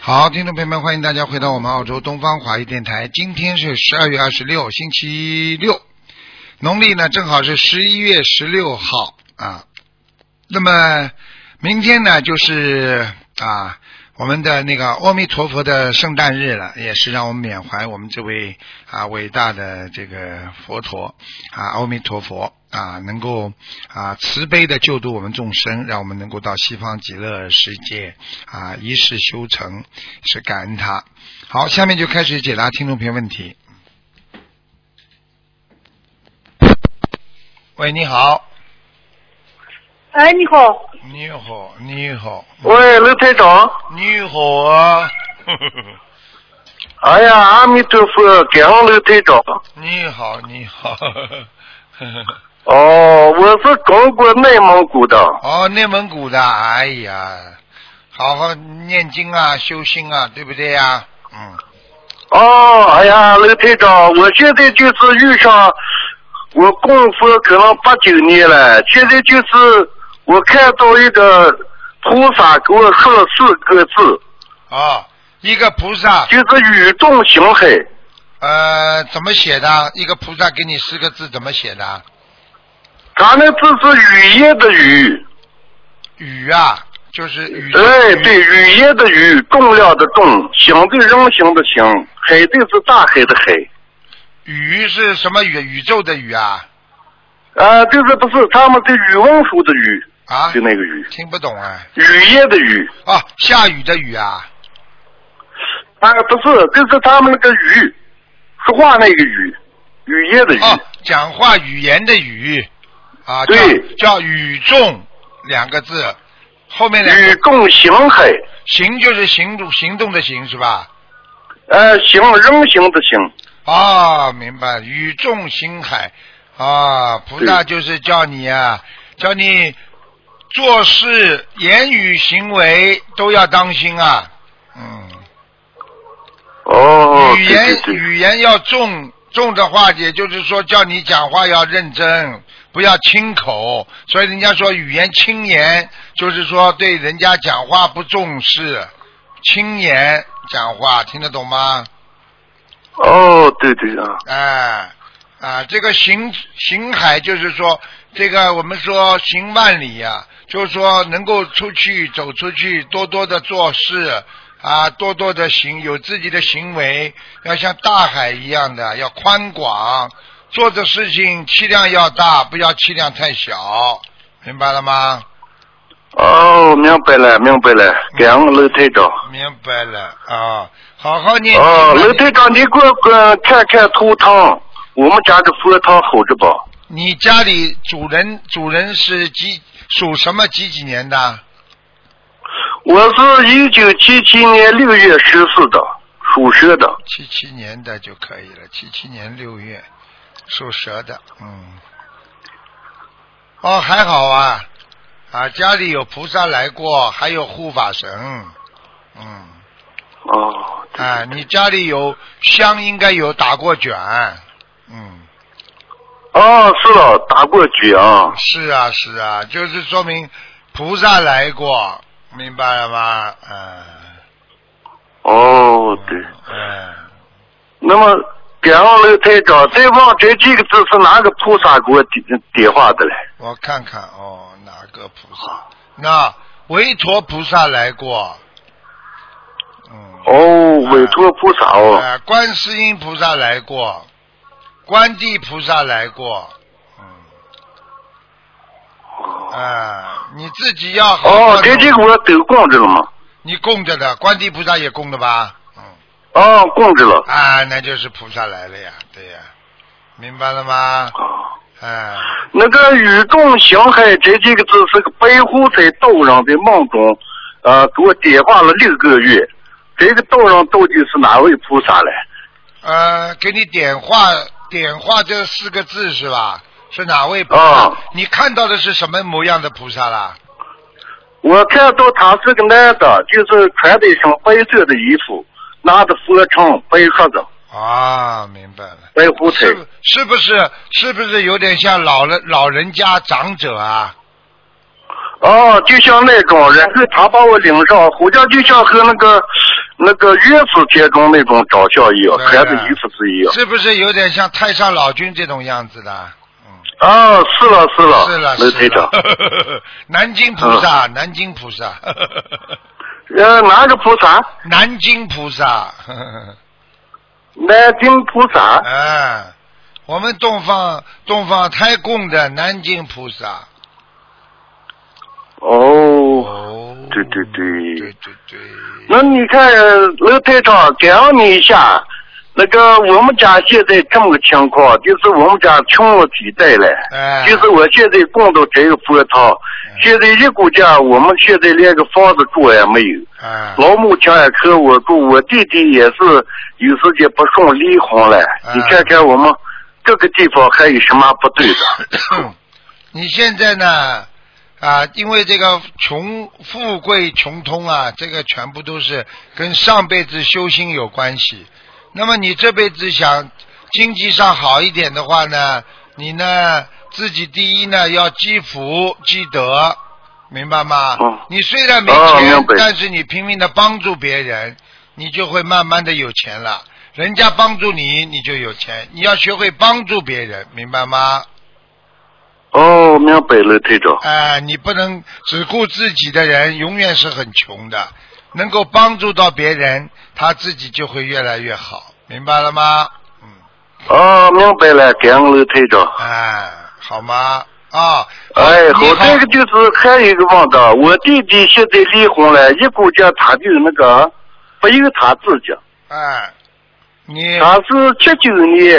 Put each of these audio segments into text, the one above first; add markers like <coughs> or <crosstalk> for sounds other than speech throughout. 好，听众朋友们，欢迎大家回到我们澳洲东方华语电台。今天是十二月二十六，星期六，农历呢正好是十一月十六号啊。那么明天呢就是啊我们的那个阿弥陀佛的圣诞日了，也是让我们缅怀我们这位啊伟大的这个佛陀啊阿弥陀佛啊，能够啊慈悲的救度我们众生，让我们能够到西方极乐世界啊一世修成，是感恩他。好，下面就开始解答听众朋友问题。喂，你好，哎，你好，你好，你好，喂，刘台长，你好啊， <laughs> 哎呀，阿弥陀佛，感恩刘台长。你好，你好。哦，我是中国内蒙古的。哦，内蒙古的，哎呀，好好念经啊，修心啊，对不对呀、嗯，哦，哎呀，刘台长，我现在就是遇上我供佛可能八九年了，现在就是我看到一个菩萨给我说了四个字，哦，一个菩萨，就是语重心黑。呃，怎么写的？一个菩萨给你四个字，怎么写的？咱们这是语言的语，雨啊，就是雨。哎，雨对，语言的语，重量的重，心对人心的心，海对是大海的海。雨是什么宇宇宙的宇啊？啊，就是不是他们的语文书的语，啊就，那个语，听不懂啊。语言的语哦，下雨的雨啊。啊，不是，就是他们那个语，说话那个语，语言的语，哦，讲话语言的语啊，叫对叫语众两个字，后面两语个共形海，行就是行动行动的行是吧？呃，形人形的形，啊，明白，语重心海啊，菩萨就是叫你啊，叫你做事、言语、行为都要当心啊。嗯，哦，语对言对对，语言要重重的话，也就是说叫你讲话要认真，不要轻口。所以人家说语言轻言，就是说对人家讲话不重视，轻言讲话，听得懂吗？哦，对对啊，哎，啊，这个行行海就是说，这个我们说行万里呀、就是说能够出去走出去，多多的做事啊，多多的行，有自己的行为，要像大海一样的，要宽广，做的事情气量要大，不要气量太小，明白了吗？哦，明白了，明白了，感恩楼台长。明白了啊，好好念经哦，吧楼台长，你给我呃看看头汤，我们家的佛堂好着吧？你家里主人主人是几属什么几几年的？我是一九七七年六月十四的，属蛇的。七七年的就可以了，七七年六月属蛇的，嗯，哦，还好啊，啊，家里有菩萨来过，还有护法神，嗯，哦，对啊，你家里有香，应该有打过卷，嗯，哦，是了，打过局啊。是啊，是啊，就是说明菩萨来过，明白了吗？嗯，哦，对。嗯，那么，感恩楼台长，在望这这个字是哪个菩萨给我点点化的嘞？我看看哦，哪个菩萨？那韦陀菩萨来过，嗯，哦，委托菩萨哦。呃，观世音菩萨来过，观地菩萨来过，哦嗯，啊、你自己要好好哦弄，这这个我都供着了吗？你供着的，观地菩萨也供的吧？嗯，哦，供着了。啊，那就是菩萨来了呀，对呀，明白了吗？哦哎、那个语重心海这几个字是个白虎在道人的梦中，呃，给我点化了六个月。这个道人到底是哪位菩萨嘞？呃，给你点化点化这四个字是吧？是哪位菩萨？啊你看到的是什么模样的菩萨啦？我看到他是个男的，就是穿的一身白色的衣服，拿着佛龛，白盒子，啊，明白了。白胡子是。不是不是是不是有点像老人老人家长者啊？哦，就像那种，然后他把我领上，好像就像和那个那个月子贴中那种长相一样，对啊孩呀子衣服是一样。是不是有点像太上老君这种样子的？啊，是了是了，是了，刘是队长了。。 <laughs> 南京菩啊萨，南京菩萨， <laughs> 呃，哪个菩萨？南京菩萨。 <laughs> 南京菩萨。哎，我们东方东方太供的南京菩萨。哦，哦，对对对对对对。那你看刘队长，感恩你一下。那个我们家现在这么个情况，就是我们家穷了几代了。哎，就是我现在供到这个佛堂，现在一股家，我们现在连个房子住也没有。哎，老母亲也和我住，我弟弟也是有时间不顺离婚了。啊你看看我们各个地方还有什么不对的？ <coughs> 你现在呢？啊，因为这个穷富贵穷通啊，这个全部都是跟上辈子修心有关系。那么你这辈子想经济上好一点的话呢，你呢自己第一呢要积福积德，明白吗？嗯你虽然没哦钱，明白但是你拼命的帮助别人，你就会慢慢的有钱了。人家帮助你，你就有钱。你要学会帮助别人，明白吗？哦，明白了，队长。哎、你不能只顾自己的人，永远是很穷的。能够帮助到别人，他自己就会越来越好，明白了吗？嗯，哦，明白了，感恩了，队长。哎，好吗？啊，哎，你好，这个就是还有一个问的，我弟弟现在离婚了，一股家他就那个，不由他自己，哎，你他是七九年，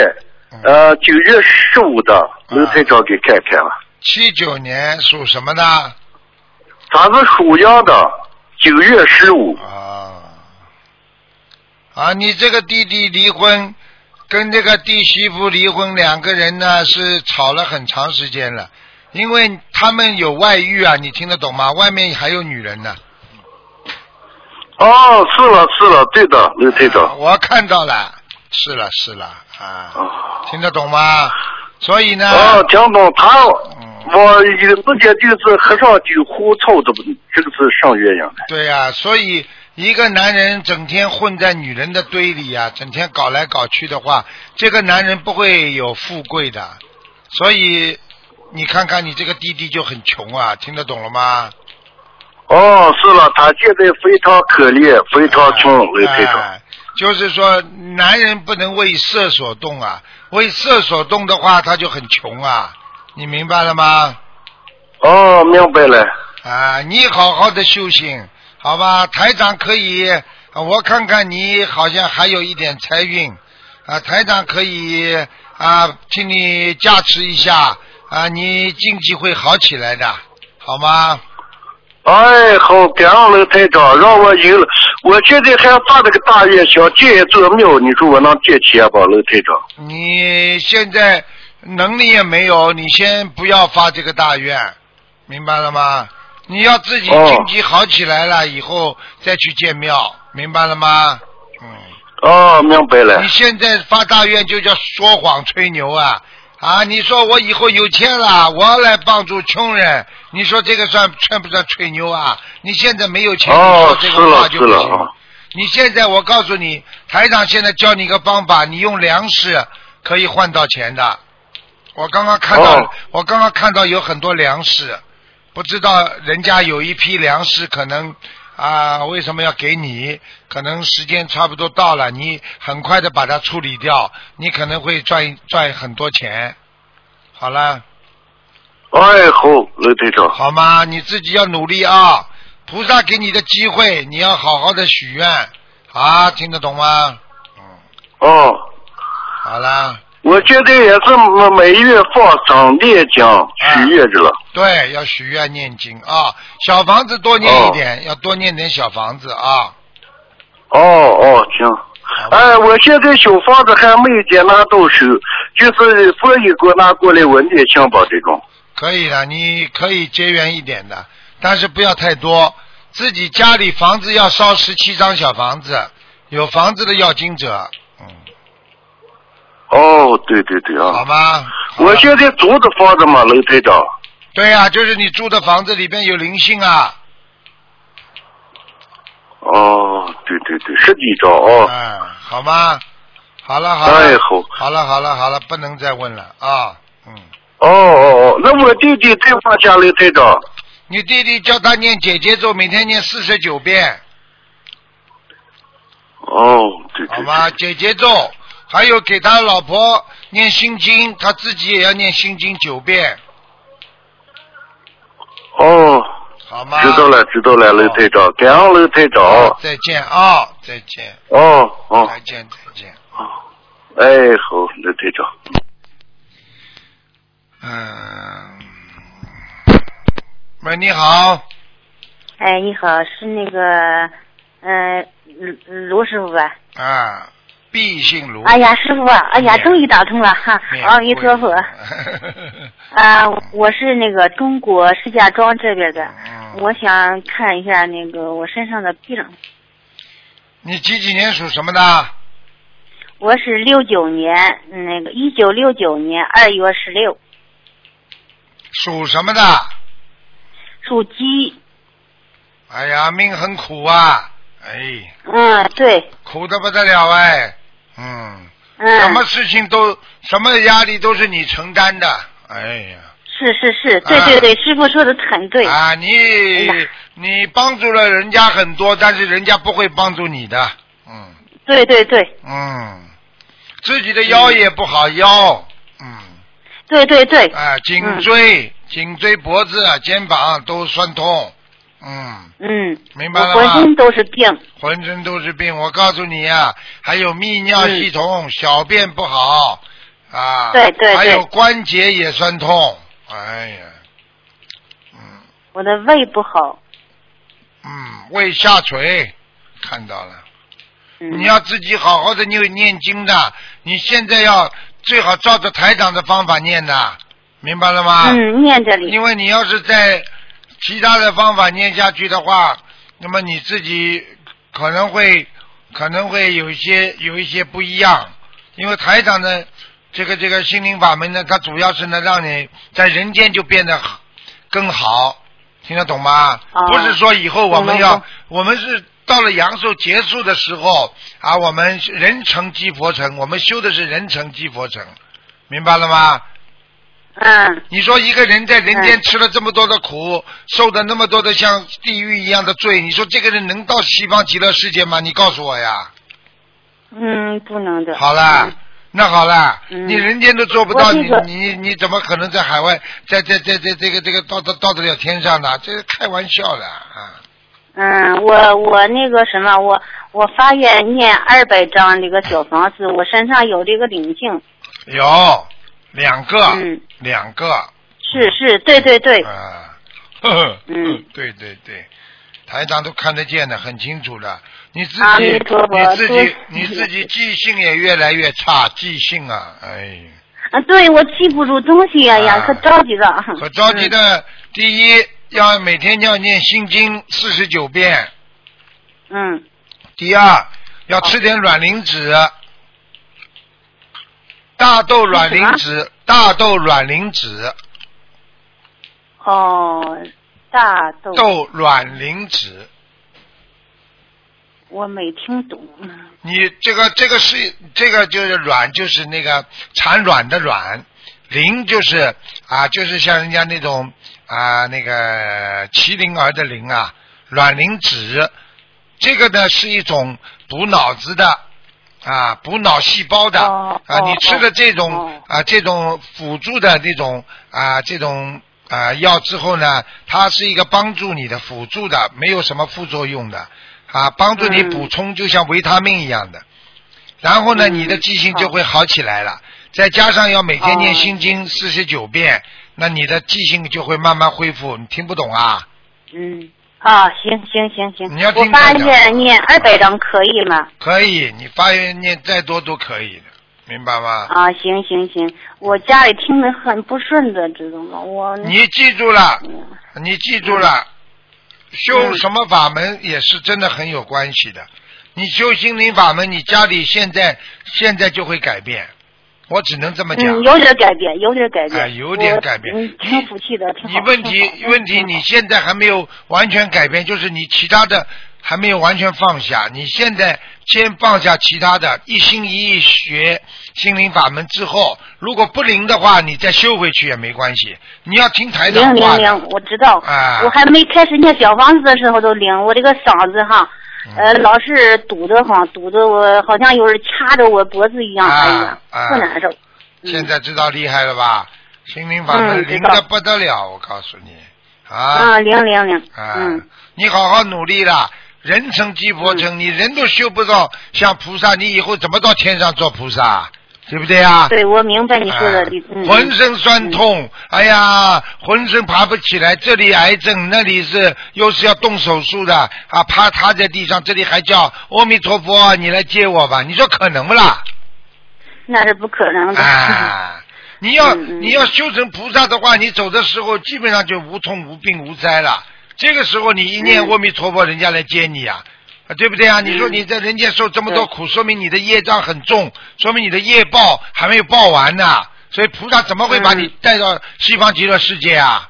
呃，九月十五的，刘队长给看看了。七九年属什么呢？他是属羊的，九月十五。啊，啊，你这个弟弟离婚，跟这个弟媳妇离婚，两个人呢是吵了很长时间了，因为他们有外遇啊，你听得懂吗？外面还有女人呢。哦，是了是了，对的，刘队啊长。我看到了，是了是了啊，哦，听得懂吗？所以呢，哦，听懂他，嗯我有时间就是喝上酒胡操的，这个是上原因的。对呀、所以一个男人整天混在女人的堆里呀、整天搞来搞去的话，这个男人不会有富贵的。所以你看看你这个弟弟就很穷啊，听得懂了吗？哦，是了，他现在非常可怜，非常穷，刘队长。哎就是说，男人不能为色所动啊，为色所动的话，他就很穷啊，你明白了吗？哦，明白了。啊，你好好的修行，好吧？台长可以，啊我看看你好像还有一点财运，啊，台长可以啊，请你加持一下，啊，你经济会好起来的，好吗？哎，好，感恩刘队长，让我有了。我现在还发了个大愿，想建一座庙，你说我能建起来吧，刘队长？你现在能力也没有，你先不要发这个大愿，明白了吗？你要自己哦经济好起来了、以后再去建庙，明白了吗？嗯。哦，明白了你。现在发大愿就叫说谎吹牛啊！啊，你说我以后有钱了，我要来帮助穷人，你说这个算算不算吹牛啊？你现在没有钱，哦，你是说这个话了就是不了行。啊。你现在我告诉你，台长现在教你一个方法，你用粮食可以换到钱的。我刚刚看到，哦我刚刚看到有很多粮食，不知道人家有一批粮食可能啊、为什么要给你？可能时间差不多到了，你很快的把它处理掉，你可能会赚赚很多钱。好了，哎，好，刘队长。好吗？你自己要努力啊！菩萨给你的机会，你要好好的许愿啊！听得懂吗？哦，好啦，我觉得也是每月放生念经啊许愿去了。对，要许愿念经啊，小房子多念一点，要多念点小房子啊。哦哦，行。好吧哎，我现在小房子还没接拿到手，就是佛爷给我拿过来，我念经吧，这种。可以的，你可以结缘一点的，但是不要太多。自己家里房子要烧十七张小房子，有房子的要经者，嗯，哦，对对对好啊。吗？好吧我现在租的房子嘛，楼台长。对呀、就是你住的房子里边有灵性啊，哦，对对对，十几张哦，嗯，好吗？好了好哎了，好，好了好了好了，不能再问了啊，嗯，哦哦哦，那我弟弟在我家里队长，你弟弟叫他念姐姐咒，每天念四十九遍，哦，对好对对，吗？姐姐咒，还有给他老婆念心经，他自己也要念心经九遍，哦，好吗？知道了知道了，刘队长，感恩刘队长，好再见啊、再见，哦哦，再见，再见。哎好，刘 <laughs> 队长。嗯，喂，你好，哎，你好，是那个，呃，卢卢师傅吧？啊，毕姓卢，哎呀，师傅啊，哎呀，免终于打通了哈！哦免阿弥 <laughs> 陀佛贵。啊，我是那个中国石家庄这边的，嗯我想看一下那个我身上的病。你几几年属什么的？我是六九年，嗯那个一九六九年二月十六，属什么的？属鸡。哎呀，命很苦啊，哎，嗯，对，苦的不得了哎，嗯，什嗯么，事情都，什么压力都是你承担的，哎呀。是是是，对啊对对，师傅说的很对。啊，你哎呀你帮助了人家很多，但是人家不会帮助你的，嗯对对对嗯，自己的腰也不好腰，嗯对对对，啊，颈嗯椎、颈椎、脖子、啊肩膀都酸痛，嗯，嗯，明白我了浑身吗？都是病。浑身都是病，我告诉你呀、还有泌尿系统、小便不好啊，嗯对对还有对关节也酸痛，哎呀，嗯我的胃不好。嗯，胃下垂，看到了。嗯、你要自己好好的念念经的，你现在要最好照着台长的方法念的，明白了吗？嗯，念这里。因为你要是在其他的方法念下去的话，那么你自己可能会可能会有一些有一些不一样，因为台长的这个这个心灵法门呢，它主要是呢让你在人间就变得更好，听得懂吗？哦不是说以后我们懂了要懂，我们是到了阳寿结束的时候啊，我们是人成即佛成，我们修的是人成即佛成，明白了吗？嗯，你说一个人在人间吃了这么多的苦，受的那么多的像地狱一样的罪，你说这个人能到西方极乐世界吗？你告诉我呀。嗯，不能的。好啦嗯，那好啦，嗯你人间都做不到，我这你个你你你怎么可能在海外，在在在在这个这个到到到得了天上呢？这是开玩笑的啊！嗯，我我那个什么，我我发愿念二百张这个小房子，我身上有这个灵性。有两个，嗯，两个啊是是，对对对，，嗯 <laughs> 呵呵嗯， <laughs> 对对对，台长都看得见的，很清楚的。你自己，阿弥陀佛你自己多，你自己记性也越来越差，记性啊，哎，啊，对我记不住东西呀、呀，啊可着急了。 <laughs> 可着急嗯的。第一，要每天要念心经四十九遍；嗯。嗯，第二，要吃点卵磷脂，大豆卵磷啊脂，大豆卵磷脂，哦，大豆，豆卵磷脂。我没听懂。嗯你这个这个是这个就是卵，就是那个产卵的卵，磷就是啊，就是像人家那种啊那个麒麟儿的麟啊，卵磷脂，这个呢是一种补脑子的啊，补脑细胞的、哦啊，哦你吃了这种、哦啊这种辅助的这种啊这种啊药之后呢，它是一个帮助你的辅助的，没有什么副作用的。啊，帮助你嗯补充，就像维他命一样的。然后呢，嗯哦你的记性就会好起来了。再加上要每天念心经四十九遍，那你的记性就会慢慢恢复。你听不懂啊？嗯，啊，行行行行，你要我听发台长愿念二百张可以吗？可以，你发愿念再多都可以的，明白吗？啊，行行行，我家里听得很不顺的，知道吗？我你记住了，嗯你记住了，修什么法门也是真的很有关系的。你修心灵法门，你家里现在现在就会改变，我只能这么讲。嗯，有点改变，有点改变。哎有点改变我嗯，挺服气的，挺好你问题挺好问题，你现在还没有完全改变，就是你其他的还没有完全放下。你现在先放下其他的，一心一意学心灵法门之后，如果不灵的话，你再修回去也没关系。你要听台零长零话的。零，我知道。啊我还没开始念小房子的时候都灵，我这个嗓子哈，嗯呃，老是堵得慌，堵得我好像有人掐着我脖子一样，啊哎呀，啊特难受。现在知道厉害了吧？心灵法门嗯知灵道的不得了，我告诉你啊啊，零零零，啊嗯，！你好好努力啦，人成即佛成，你人都修不到像菩萨，你以后怎么到天上做菩萨？对不对啊？对，我明白你说的，啊你嗯，浑身酸痛，哎呀，浑身爬不起来，这里癌症，那里是又是要动手术的啊，趴趴在地上，这里还叫阿弥陀佛啊，你来接我吧，你说可能不啦？那是不可能的。 <laughs> 啊，你要嗯嗯你要修成菩萨的话，你走的时候基本上就无痛无病无灾了。这个时候你一念嗯阿弥陀佛，人家来接你啊，啊对不对啊？你说你在人间受这么多苦，说明你的业障很重，说明你的业报还没有报完呢、所以菩萨怎么会把你嗯带到西方极乐世界啊？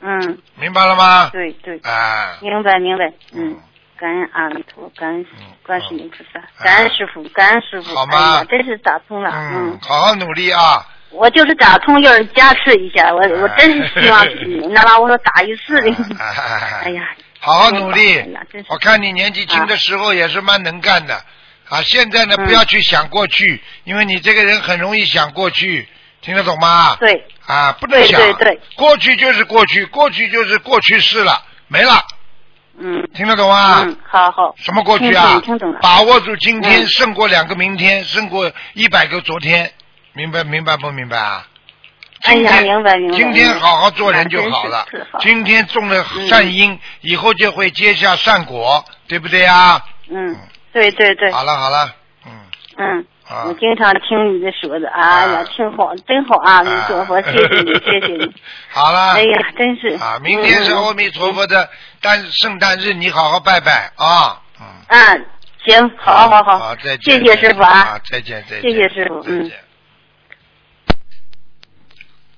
嗯，明白了吗？对对，啊，明白明白，嗯嗯。感恩阿弥陀，感恩嗯观世音菩萨，感恩师傅，感恩师傅，好哎呀吗真是打通了，嗯嗯，，好好努力啊！我就是打通，要是加持一下，我哎我真是希望那把我说打一次的。 <laughs> 啊哎呀，好好努力哎呀真。是我看你年纪轻的时候也是蛮能干的，啊，现在呢嗯不要去想过去，因为你这个人很容易想过去，听得懂吗？对啊，不能对想，对对过去就是过去，过去就是过去式了，没了，嗯听得懂吗？嗯，好好，啊什么过去啊？听懂听懂了把握住今天，嗯胜过两个明天，胜过一百个昨天，明白明白不明白啊？哎呀今天明白明白嗯今天好好做人就好了那真是是好。嗯今天种了善因，以后就会结下善果，对不对啊？嗯，对对对，好了好了，嗯，嗯。啊我经常听你的说的，哎呀啊，挺好，真好啊！阿弥陀 <laughs> 佛，啊谢谢你，谢谢你。。好了。哎呀，真是嗯啊，明天是阿弥陀佛的诞圣诞日，你好好拜拜啊。嗯，嗯，行，好好好，好，再谢见。谢师傅啊啊，，再见再见。谢谢师傅嗯再见。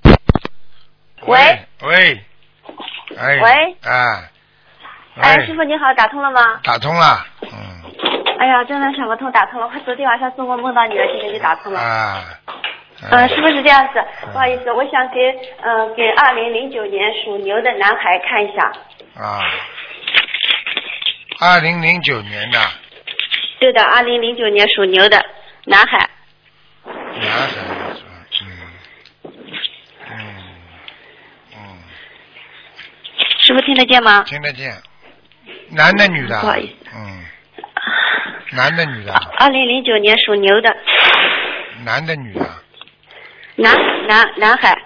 嗯喂喂，哎，喂，啊，哎，喂师傅你好，打通了吗？打通了，嗯，哎呀，真的想不通，打通了。我昨天晚上做梦梦到你了，今天就打通了。啊，嗯嗯，是不是这样子？嗯不好意思，我想给嗯、给二零零九年属牛的男孩看一下。啊，二零零九年的对的，二零零九年属牛的男孩，男孩子，嗯，嗯，嗯，师傅听得见吗？听得见，男的女的？不好意思嗯，男的女的？二零零九年属牛的男的女啊的？男男男孩，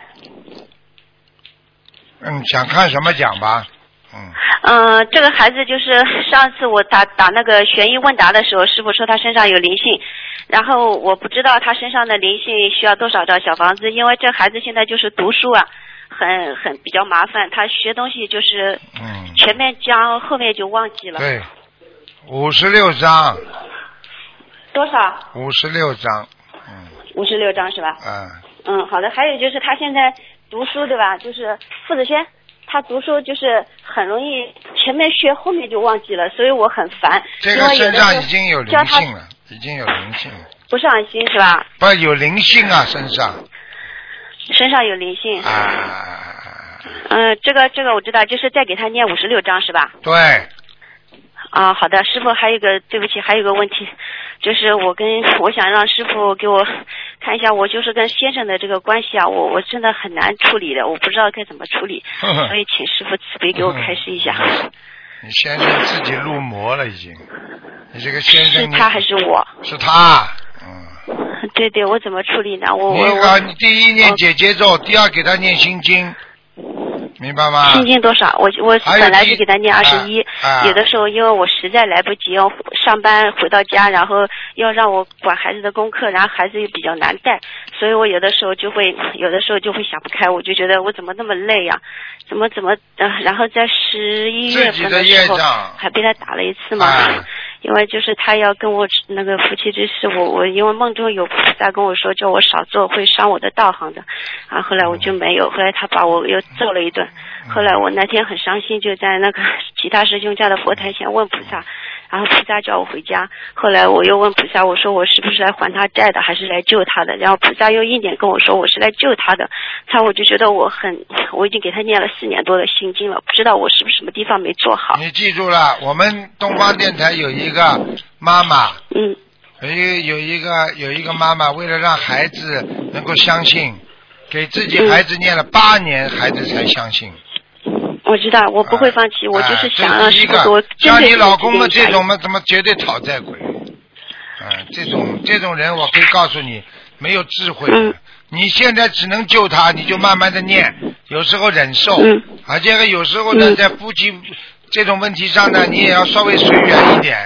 嗯，想看什么讲吧？嗯，嗯、这个孩子就是 <laughs> 上次我打打那个悬疑问答的时候，师傅说他身上有灵性，然后我不知道他身上的灵性需要多少张小房子，因为这孩子现在就是读书啊，很很比较麻烦，他学东西就是嗯前面讲，后面就忘记了。对，五十六张，多少？五十六张，嗯五十六张是吧？啊，嗯，好的。还有就是他现在读书对吧？就是傅子轩，他读书就是很容易前面学，后面就忘记了，所以我很烦。这因个为有身的上时候已经有教灵他性了，已经有灵性了，不上心是吧？不有灵性啊，身上身上有灵性。啊，嗯，这个这个我知道，就是再给他念五十六章是吧？对， <laughs> 啊，好的，师傅，还有一个，对不起，还有一个问题，就是我跟我想让师傅给我看一下，我就是跟先生的这个关系啊，我我真的很难处理的，我不知道该怎么处理，呵呵所以请师傅慈悲给我开示一下，嗯你先生自己入魔了已经，你这个先是生他还是我？是他，嗯，对对，我怎么处理呢？我我你搞，你我第一念姐姐咒，第二给他念心经，明白吗？心经多少？我我啊还有本来第是给他念啊二十一啊，有的时候因为我实在来不及要上班回到家，然后要让我管孩子的功课，然后孩子又比较难带，所以我有的时候就会有的时候就会想不开，我就觉得我怎么那么累呀、怎么怎么、呃然后在十一月自己份的业时候障还被他打了一次嘛，啊 <laughs> 因为就是他要跟我那个夫妻之事，我我因为梦中有菩萨跟我说叫我少做会伤我的道行的，啊，后来我就没有，后来他把我又揍了一顿，后来我那天很伤心，就在那个 <laughs> 其他师兄家的佛台前问菩萨，然后菩萨叫我回家，后来我又问菩萨，我说我是不是来还他债的，还是来救他的？然后菩萨又一点跟我说我是来救他的，他我就觉得我很，我已经给他念了四年多的心经了，不知道我是不是什么地方没做好。你记住了，我们东方电台有一个妈妈，嗯，有一有一个有一个妈妈，为了让孩子能够相信，给自己孩子念了八年，孩子才相信。我知道，我不会放弃，我就是想啊让这是师一傅个给我真像正你给老我指公定嘛，一下这种嘛，怎么绝对讨债鬼？嗯，这种这种人，我可以告诉你，没有智慧的。嗯你现在只能救他，你就慢慢的念，有时候忍受，嗯而且有时候呢，嗯在夫妻这种问题上呢，你也要稍微随缘一点，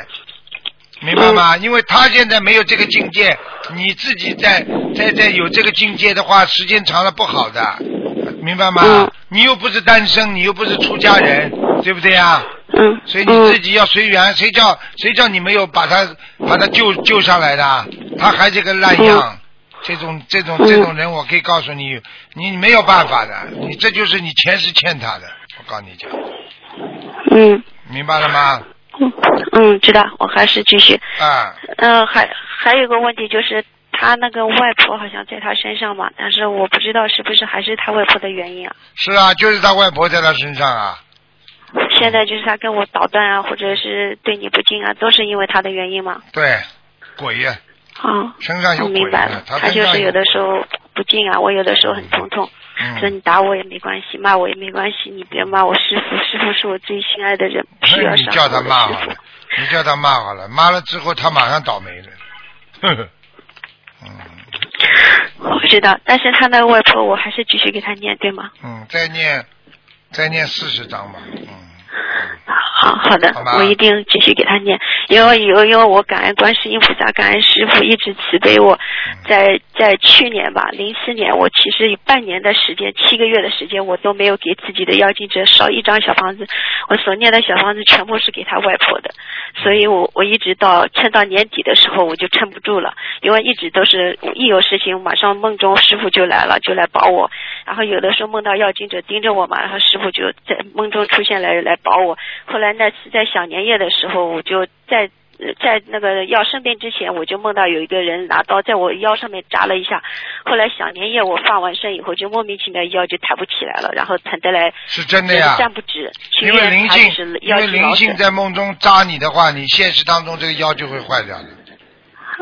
明白吗？嗯因为他现在没有这个境界，你自己在在在有这个境界的话，时间长了不好的，明白吗？嗯你又不是单身，你又不是出家人，对不对呀、嗯，所以你自己要随缘，谁叫谁叫你没有把他把他救救上来的？他还是个烂样，这种这种嗯这种人，我可以告诉你，你你没有办法的，你这就是你前世欠他的，我告诉你讲，嗯嗯明白了吗？嗯嗯，知道，我还是继续。啊，呃，还还有一个问题就是，他那个外婆好像在他身上嘛，但是我不知道是不是还是他外婆的原因啊。是啊，就是他外婆在他身上啊，现在就是他跟我捣蛋啊，或者是对你不敬啊，都是因为他的原因嘛。对，鬼呀、啊，身上有我鬼明的、白了，他他身就上是有的时候不敬啊，我有的时候很头痛。说你嗯，打我也没关系，骂我也没关系，你别骂我师傅，师傅是我最心爱的人，不需那要哎你伤叫害他啊我的骂师好傅了，你叫他骂好了，骂了之后他马上倒霉了，呵呵，嗯。我知道，但是他那个外婆，我还是继续给他念，对吗？嗯，再念，再念四十章吧。嗯，啊好好的好吧，我一定继续给他念，因为有因为我感恩观世音菩萨，感恩师傅一直慈悲我，嗯在在去年吧，零四年，我其实有半年的时间，七个月的时间，我都没有给自己的要经者烧一张小房子，我所念的小房子全部是给他外婆的，所以我我一直到撑到年底的时候，我就撑不住了，因为一直都是一有事情，马上梦中师傅就来了，就来保我，然后有的时候梦到要经者盯着我嘛，然后师傅就在梦中出现来来保我。后来那次在小年夜的时候，我就在。呃在那个要生病之前，我就梦到有一个人拿刀在我腰上面扎了一下。后来小年夜我放完生以后，就莫名其妙腰就抬不起来了，然后疼得来是真的呀。站不直。去医因为院灵查就是性，因腰为肌灵劳性损。在梦中扎你的话，你现实当中这个腰就会坏掉的。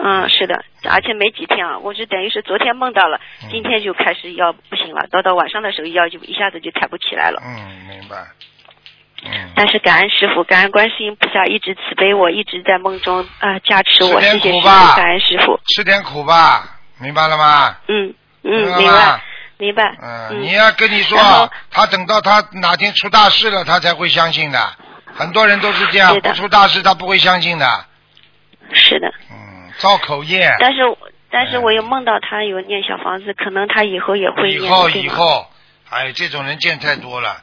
嗯，是的，而且没几天啊，我就等于是昨天梦到了，嗯今天就开始腰不行了，到到晚上的时候腰就一下子就抬不起来了。嗯，明白。嗯。但是感恩师傅，感恩观世音菩萨一直慈悲我，一直在梦中啊、呃加持我，吃点谢谢师苦傅，吧感恩师傅。吃点苦吧，明白了吗？嗯明嗯，白明吗白？明白。嗯，你嗯要跟你说然后，他等到他哪天出大事了，他才会相信的。很多人都是这样，对的不出大事他不会相信的。是的。嗯，造口业。但是我但哎是我又梦到他有念小房子，可能他以后也会以念后的，对以吗？后，哎，这种人见太多了。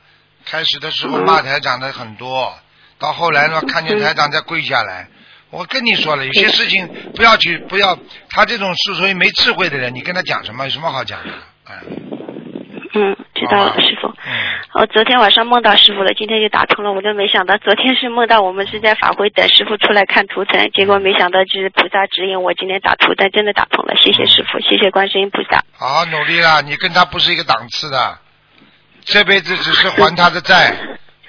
开始的时候骂台长的很多，到后来嗯呢，看见台长再跪下来。我跟你说了，有些事情不要去，不要他这种是属于没智慧的人，你跟他讲什么，有什么好讲的？哎，嗯，知道好了，吧师傅。嗯，我昨天晚上梦到师傅了，今天就打通了。我都没想到，昨天是梦到我们是在法会等师傅出来看图腾，结果没想到就是菩萨指引我今天打图腾，真的打通了。谢谢师嗯傅，谢谢观世音菩萨。好好努力啦，你跟他不是一个档次的，这辈子只是还他的债。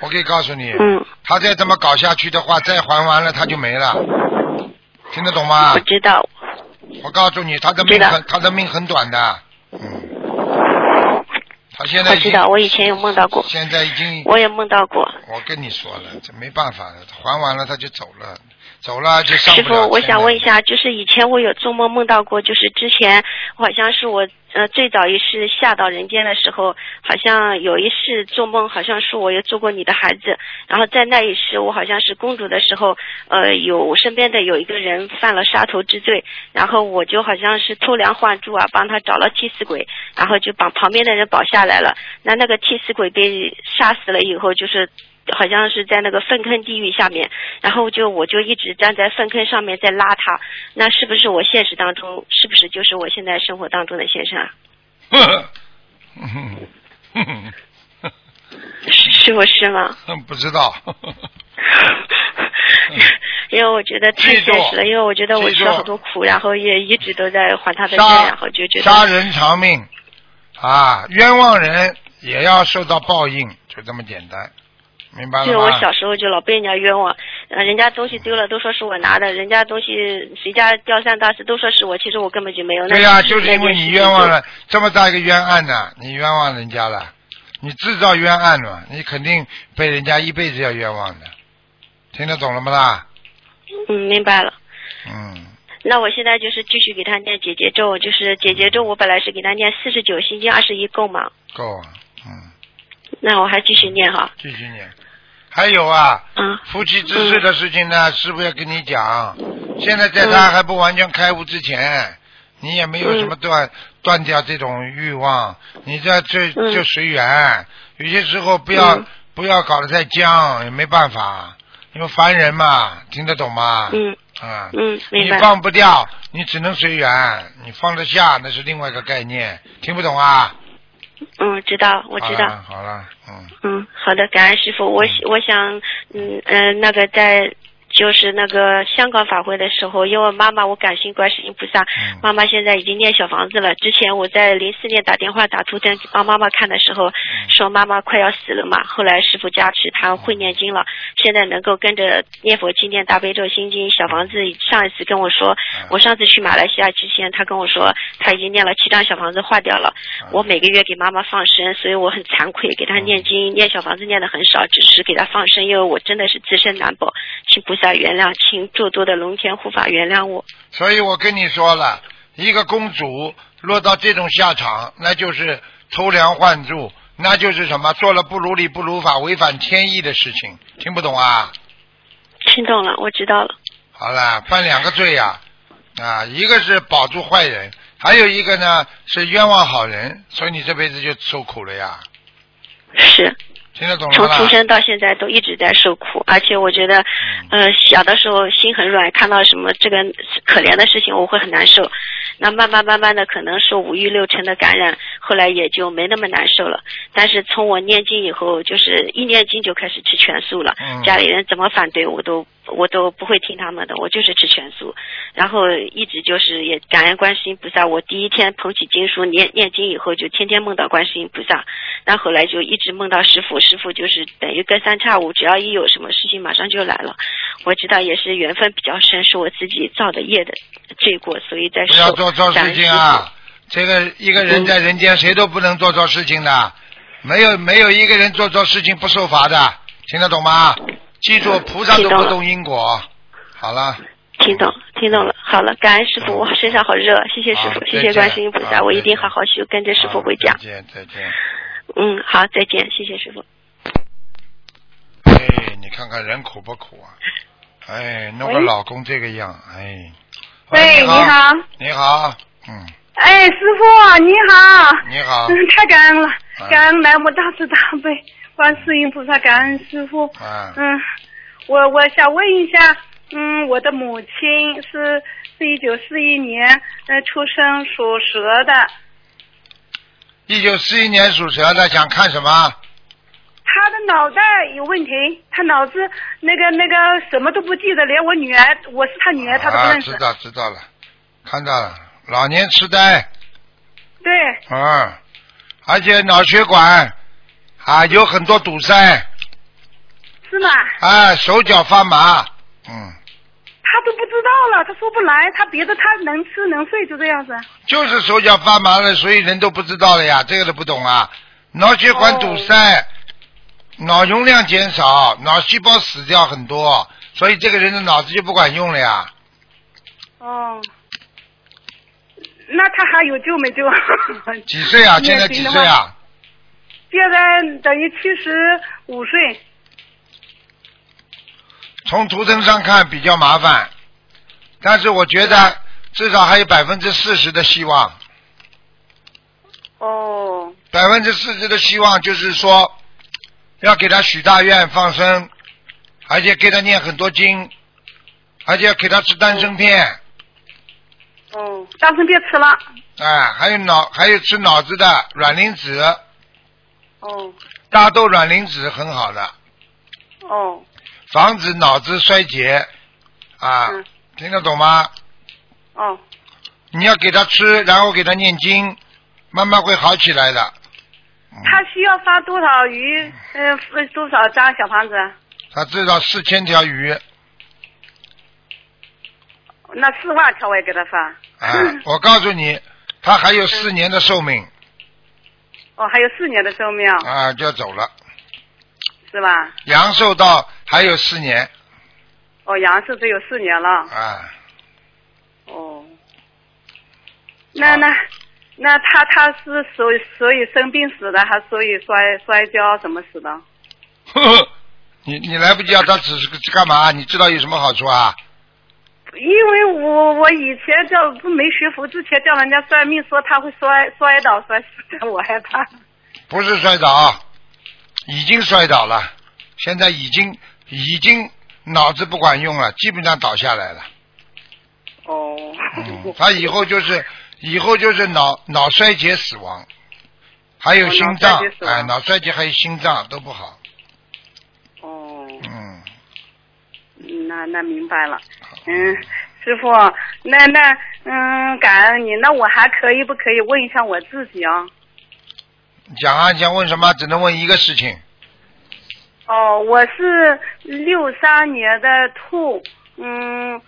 我可以告诉你，嗯，他再这么搞下去的话，债还完了他就没了，听得懂吗我？知道，我告诉你，他的知命道很，他的命很短的。嗯，他现在我已经嗯知道，我以前有梦到过，现在已经，我也梦到过。我跟你说了，这没办法了，还完了他就走了，走了就上师不傅了。，我想问一，下，就是以前我有做梦梦到过，就是之前好像是我呃最早一世下到人间的时候，好像有一世做梦，好像是我有做过你的孩子，然后在那一世我好像是公主的时候，呃有身边的有一个人犯了杀头之罪，然后我就好像是偷梁换柱啊，帮他找了替死鬼，然后就把旁边的人保下来了。那那个替死鬼被杀死了以后，就是好像是在那个粪坑地狱下面，然后就我就一直站在粪坑上面在拉他，那是不是我现实当中是不是就是我现在生活当中的先生啊？是是我是吗？ <laughs> <laughs> 不知道。因为我觉得太现实了，因为我觉得我吃了好多苦，然后也一直都在还他的债，然后就觉得杀人偿命啊，冤枉人也要受到报应，就这么简单，明白了吗？对，我小时候就老被人家冤枉，呃，人家东西丢了都说是我拿的，人家东西谁家吊三落四都说是我，其实我根本就没有。对呀、呀、就是因为你冤枉了这么大一个冤案呢、你冤枉人家了，你制造冤案了，你肯定被人家一辈子要冤枉的，听得懂了吗啦？嗯，明白了。嗯，那我现在就是继续给他念姐姐咒，就是姐姐咒，我本来是给他念四十九心经二十一够吗？够啊，嗯，那我还继续念哈。继续念。还有啊，嗯夫妻之事的事情呢，师傅要跟你讲。现在在嗯他还不完全开悟之前，你也没有什么断、断掉这种欲望，你这这嗯就随缘。有些时候不要、嗯不要搞得太僵，也没办法，因为凡人嘛，听得懂吗？嗯啊、嗯，你明白。放不掉，你只能随缘。你放得下，那是另外一个概念，听不懂啊？嗯，知道，我知道。好了，好了嗯，嗯，好的，感恩师傅。我喜我想，嗯嗯、呃那个在就是那个香港法会的时候，因为妈妈我感谢观世音菩萨，嗯妈妈现在已经念小房子了。之前我在零四年打电话打图腾帮妈妈看的时候，说妈妈快要死了嘛。后来师傅加持，她会念经了，现在能够跟着念佛经、念大悲咒、心经、小房子。上一次跟我说，我上次去马来西亚之前，她跟我说她已经念了七张小房子化掉了。嗯我每个月给妈妈放生，所以我很惭愧，给她念经、念小房子念的很少，只是给她放生，因为我真的是自身难保，请菩萨原谅，请诸多的龙天护法原谅我。所以我跟你说了，一个公主落到这种下场，那就是偷梁换柱，那就是什么做了不如理不如法、违反天意的事情，听不懂啊？听懂了，我知道了。好了，犯两个罪呀、啊，一个是保住坏人，还有一个呢是冤枉好人，所以你这辈子就受苦了呀，是听得懂从了吗出？生到现在都一直在受苦，而且我觉得，呃，小的时候心很软，看到什么这个可怜的事情，我会很难受。那慢慢慢慢的，可能受五欲六尘的感染，后来也就没那么难受了。但是从我念经以后，就是一念经就开始吃全素了。嗯家里人怎么反对我都我都不会听他们的，我就是吃全素。然后一直就是也感恩观世音菩萨。我第一天捧起经书念念经以后，就天天梦到观世音菩萨。那后来就一直梦到师傅，师傅就是等于隔三差五，只要一有什么事情，马上就来了。我知道也是缘分比较深，是我自己造的业的罪过，所以在不要受做错感事恩师情啊！这个一个人在人间，谁都不能做错事情的，没有没有一个人做错事情不受罚的，听得懂吗？记住，菩萨都听懂不了懂因果。好了，父。听懂，听懂了。好了，感恩师傅，我身上好热，谢谢师嗯好傅，再谢谢观世音菩见萨，我一定好好好修，跟着师傅回家好。啊再见，再见。嗯，好，再见，谢谢师傅。哎，你看看人苦不苦啊？哎，弄个喂老公这个样，哎。喂，你你好。你好，嗯，哎，师傅你好。你好 <laughs> 嗯，，太感恩了啊，感恩南无大慈大悲观世音菩萨，感恩师傅。啊，嗯，我我想问一下，嗯，我的母亲是是一九四一年呃出生属蛇的，一九四一年属蛇的，想看什么？她的脑袋有问题，她脑子那个那个什么都不记得，连我女儿，我是她女儿，她都不啊，认识。知道知道了，看到了，老年痴呆，对，嗯，而且脑血管啊有很多堵塞，是吗？啊，手脚发麻，嗯，她都不知道了，她说不来，她别的她能吃能睡就这样子。就是手脚发麻了，所以人都不知道了呀，这个都不懂啊，脑血管堵塞，脑容量减少，脑细胞死掉很多，所以这个人的脑子就不管用了呀。哦，那她还有救 <laughs> 没救？几岁啊？那现在行几的岁话啊？现在等于七十五岁。从图腾上看比较麻烦，但是我觉得至少还有百分之四十的希望。哦，哦百分之四十的希望就是说，要给他许大愿放生，而且给他念很多经，而且要给他吃丹参片，哦，当成别吃了。哎，还有脑还有吃脑子的软磷脂，哦大豆软磷脂很好的，哦，防止脑子衰竭啊，嗯听得懂吗？哦你要给他吃，然后给他念经，慢慢会好起来的。嗯他需要发多少鱼？呃，呃多少张小房子？他至少四千条鱼啊、那四万条我也给他发。我告诉你，他还有四年的寿命哦，还有四年的寿命、啊，就要走了。是吧？阳寿到还有四年哦，阳寿只有四年了。啊， <laughs> 哦，啊那那那他他是所以所以生病死的，还所以摔摔跤怎么死的？呵呵你你来不及要啊他只是干嘛？啊你知道有什么好处啊？因为我我以前叫不没学佛之前叫人家算命说他会摔摔倒摔死的，我害怕。不是摔倒，啊已经摔倒了，现在已经已经脑子不管用了，基本上倒下来了。哦，嗯，他以后就是以后就是脑脑衰竭死亡，还有哦心脑衰脏竭死哎、亡脑衰竭还有心脏都不好。哦，嗯，那那明白了。嗯，师傅，那那嗯，感恩你。那我还可以不可以问一下我自己啊？讲啊，你想问什么？只能问一个事情。哦，我是六三年的兔，嗯，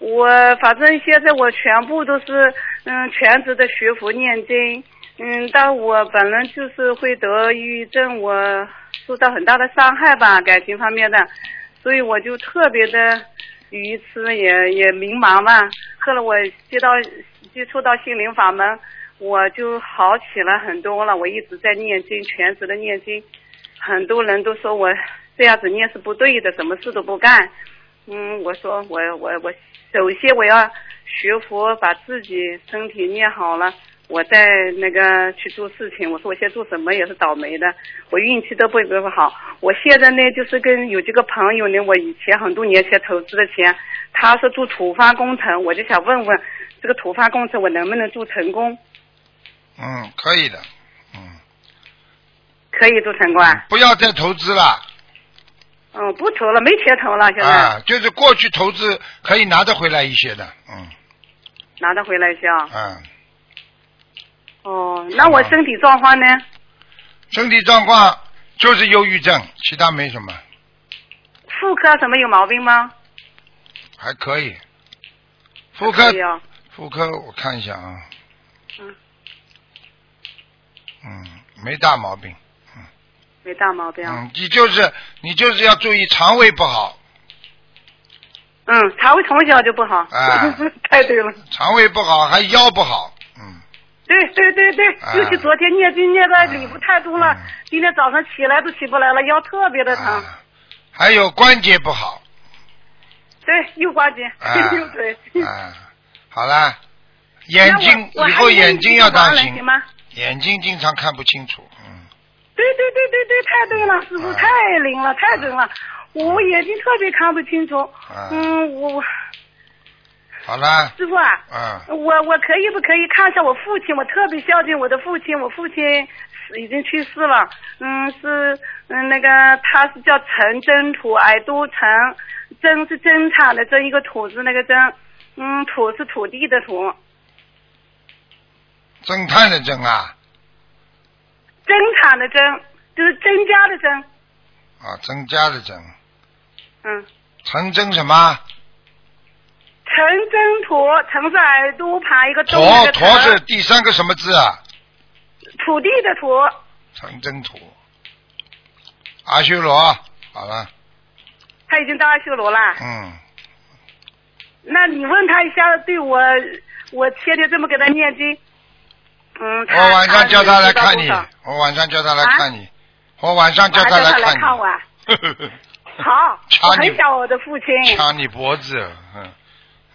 我反正现在我全部都是嗯全职的学佛念经，嗯，但我本人就是会得抑郁症，我受到很大的伤害吧，感情方面的，所以我就特别的愚痴，也也迷茫吧。后来我接到接触到心灵法门，我就好起来很多了，我一直在念经，全职的念经。很多人都说我这样子念是不对的，什么事都不干。嗯，我说我我我，首先我要学佛，把自己身体练好了，我再那个去做事情。我说我现在做什么也是倒霉的，我运气都不不好。我现在呢，就是跟有这个朋友呢，我以前很多年前投资的钱，他是做土发工程，我就想问问这个土发工程我能不能做成功？嗯，可以的。嗯，可以做成功啊？不要再投资了嗯，不投了，没钱投了，现在、啊！就是过去投资可以拿得回来一些的。嗯拿得回来一些啊。嗯，哦，那我身体状况呢？身体状况就是忧郁症，其他没什么，妇科什么有毛病吗？还可以。妇科没有。妇科，我看一下啊。啊嗯。嗯，没大毛病。没大毛病。嗯，你就是你就是要注意肠胃不好，嗯，肠胃从小就不好。啊 <laughs> 太对了，肠胃不好还腰不好。嗯，对对对对，啊尤其昨天念经念的礼服太多了，嗯今天早上起来都起不来了，腰特别的疼。啊，还有关节不好。对，右关节， <laughs> 啊右腿。啊， <laughs> 好啦，那眼我睛我以还后有眼睛要当一个盲人心行，吗？眼睛经常看不清楚。嗯，对对对对对，太对了，师傅啊太灵了，太准了，我眼睛特别看不清楚。啊嗯，我我好啦，师傅啊，嗯，我我可以不可以看一下我父亲？我特别孝敬我的父亲，我父亲是已经去世了。嗯，是嗯那个他是叫陈真土，矮都陈，真是真产的真，一个土字那个真，嗯土是土地的土，侦探的侦啊，真产的真就是增加的增。啊，增加的增，嗯，成真什么？陈真土，陈是耳朵旁一个东驼那个驼陈是第三个什么字啊？土地的土。成真土，阿修罗，好了，他已经到阿修罗了，嗯，那你问他一下，对我，我天天这么给他念经，嗯，他我晚上叫他来他看能你知道多少，我晚上叫他来啊看你，我晚上叫晚上来他来你 <laughs> 看我啊，呵呵呵，好，掐我你很想我的父亲，掐你脖子，嗯，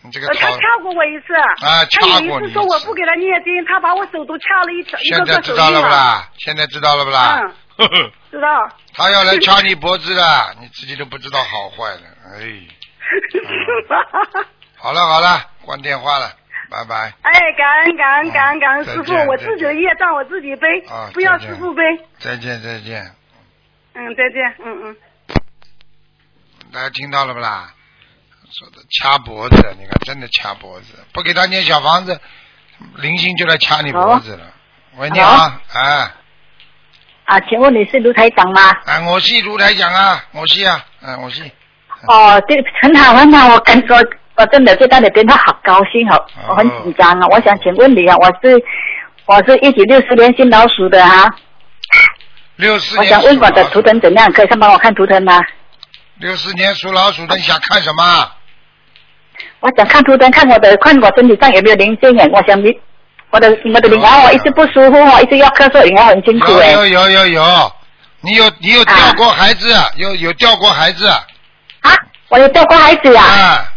你这个呃他讨掐过我一次，啊掐过他你一次有一次说我不给他念经，他把我手都掐了一整一现个在个知手嗯道了印不啦？现在知道了不啦？呵 <laughs> 呵知道。他要来掐你脖子的，你自己都不知道好坏了。哎， <laughs> 好了好了，关电话了，拜拜。哎，感恩感恩啊感恩感恩再师傅见，我再自己的见业障我自己背啊，不要再师见傅背。再见再见，嗯，再见，嗯嗯。大家听到了不啦？说的掐脖子，你看真的掐脖子，不给他念小房子，灵性就来掐你脖子了。喂，你好，哎啊，请问你是卢台长吗？哎，我是卢台长啊，我是啊，哎，我是。哦，对，很好很好，我感觉我真的接到你的电话好高兴哦，我很紧张啊。我想请问你啊，我是我是一九六十年新老鼠的啊，六四我年想属问我的老图鼠，啊腾怎样？可以先帮我看图腾吗？六四年属老鼠的，你想看什么？我想看图腾，看我的看我身体上有没有灵性哎，我想你我的我的灵啊，我一直不舒服哦，一直要咳嗽，灵啊很辛苦有哎有有有有，你有你有掉啊过孩子，有有掉过孩子啊，我有掉过孩子啊，啊，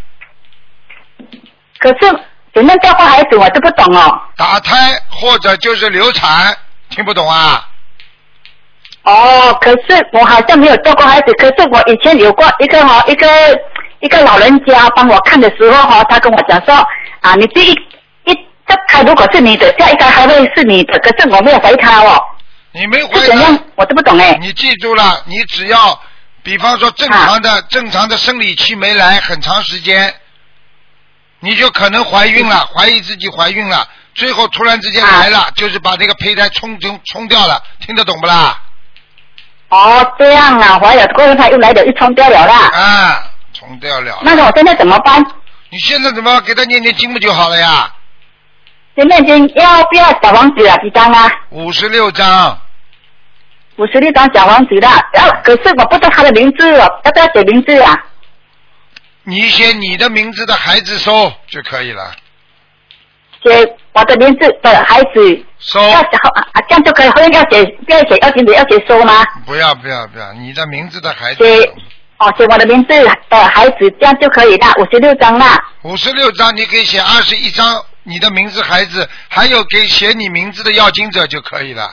可是怎样掉过孩子我都不懂哦。打胎或者就是流产，听不懂啊？哦，可是我好像没有掉过孩子，可是我以前有过一个哈、一个一个老人家帮我看的时候哈、他跟我讲说啊，你第一一这胎如果是你的，下一胎还会是你的，可是我没有怀他哦，你没是怀怎样胎，我都不懂哎。你记住了，你只要比方说正常啊的、正常的生理期没来很长时间，你就可能怀孕了，怀疑自己怀孕了，最后突然之间嗯啊来了，就是把这个胚胎冲冲冲掉了，听得懂不啦？哦，这样啊，怀了过后他又来了，又冲掉了啦。啊，冲掉了。那我现在怎么办？你现在怎么给他念念经不就好了呀？现在已经要不要小房子啊？几张啊？五十六章，五十六张小房子的，然、后可是我不知道他的名字哦，要不要写名字啊？你写你的名字的孩子收就可以了，写我的名字的孩子收要写好啊，啊这样就可以，后面要写要写要写要写收吗？不要不要不要，你的名字的孩子写哦，写我的名字的孩子，这样就可以啦，五十六张啦。五十六章，你可以写二十一章你的名字孩子，还有给写你名字的要经者就可以了，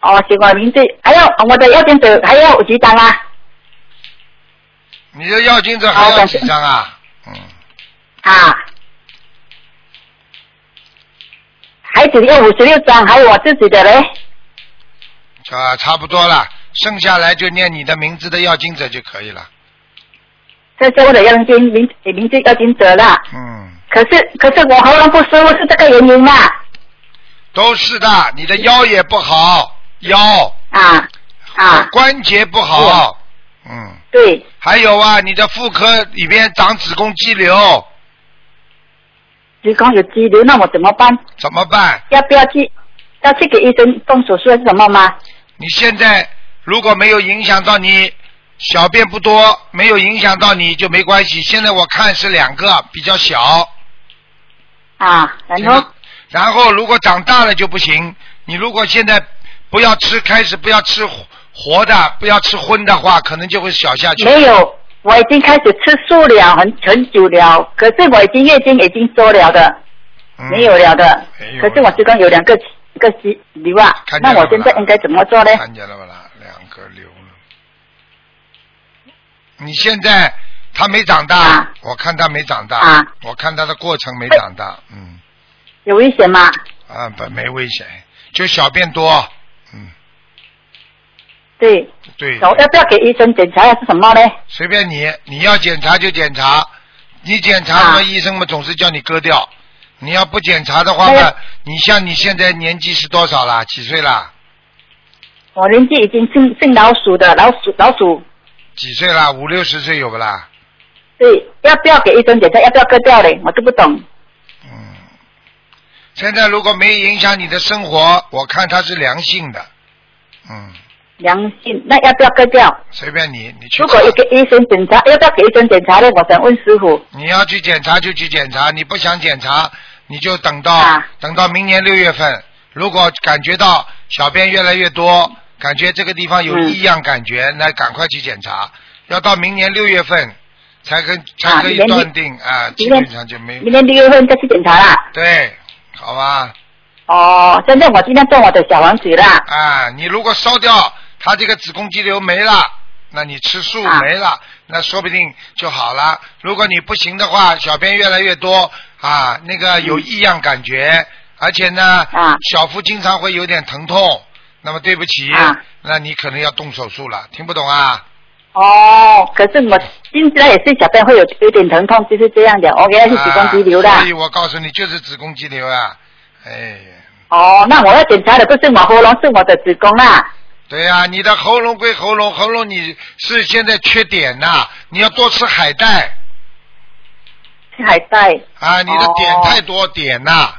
哦，写我的名字，还有我的要点者还要五几张啊？你的要经者还好要感几谢张啊？嗯，啊，孩子要五十六张，还有我自己的嘞。啊，差不多了，剩下来就念你的名字的要经者就可以了。这是我的要金名名字要金者啦，嗯，可是可是我喉咙不舒服是这个原因啦都是的，你的腰也不好，腰。啊啊，关节不好，嗯，对还有啊，你的妇科里边长子宫肌瘤，子宫有肌瘤，那我怎么办？怎么办？要不要去要去给医生动手术还是什么吗？你现在如果没有影响到你小便不多，没有影响到你就没关系。现在我看是两个比较小，啊，然这后个然后如果长大了就不行。你如果现在不要吃，开始不要吃活活的，不要吃荤的话，可能就会小下去。没有，我已经开始吃素了，很很久了，可是我已经月经已经多了的，嗯没有了的，没有了可是我子宫有两个一个肌瘤啊看，见那了我吗现在应该怎么做呢？看见了不啦？两个瘤了。你现在他没长大，啊我看他没长大，啊我看他的过程没长大，嗯，有危险吗？啊不没危险，就小便多，嗯，对，对，我要不要给医生检查还是什么呢？随便你，你要检查就检查，你检查什么啊医生嘛总是叫你割掉，你要不检查的话那嘛个，你像你现在年纪是多少啦？几岁啦？我年纪已经姓姓老鼠的，老鼠老鼠，几岁啦？五六十岁有不啦？对，要不要给医生检查？要不要割掉嘞？我都不懂。嗯，现在如果没影响你的生活，我看它是良性的。嗯，良性，那要不要割掉？随便你，你去如果查一个医生检查，要不要给医生检查呢？我想问师傅。你要去检查就去检查，你不想检查你就等到、啊等到明年六月份。如果感觉到小便越来越多，感觉这个地方有嗯异样感觉，那赶快去检查。要到明年六月份才跟才啊可以明年断定啊，基明年本上就没有明天六月份再去检查啦。对，好吧，哦，现在我今天动我的小黄水了。啊，你如果烧掉，它这个子宫肌瘤没了，那你吃素啊没了，那说不定就好了。如果你不行的话，小便越来越多啊，那个有异样感觉，而且呢，嗯啊小腹经常会有点疼痛。那么对不起，啊那你可能要动手术了，听不懂啊？哦，可是我现在也是小便会有有点疼痛，就是这样的。哦我原来是子宫肌瘤的。啊所以我告诉你，就是子宫肌瘤啊，哎。哦，那我要检查的不是我喉咙，是我的子宫啦。对呀、你的喉咙归喉咙，喉咙你是现在缺碘呐、你要多吃海带是海带啊，你的哦碘太多碘呐、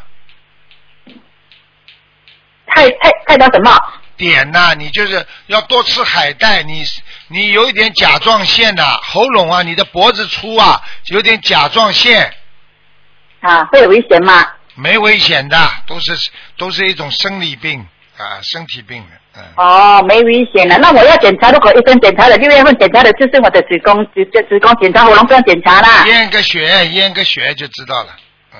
太太太到什么？碘呐、你就是要多吃海带，你你有一点甲状腺呐、喉咙啊，你的脖子粗啊，有点甲状腺，啊，会有危险吗？没危险的，都是都是一种生理病啊，身体病的，嗯，哦，没危险了。那我要检查，如果医生检查了，六月份检查的就是我的子宫子子子宫检查，喉咙不用检查啦。验个血，验个血就知道了，嗯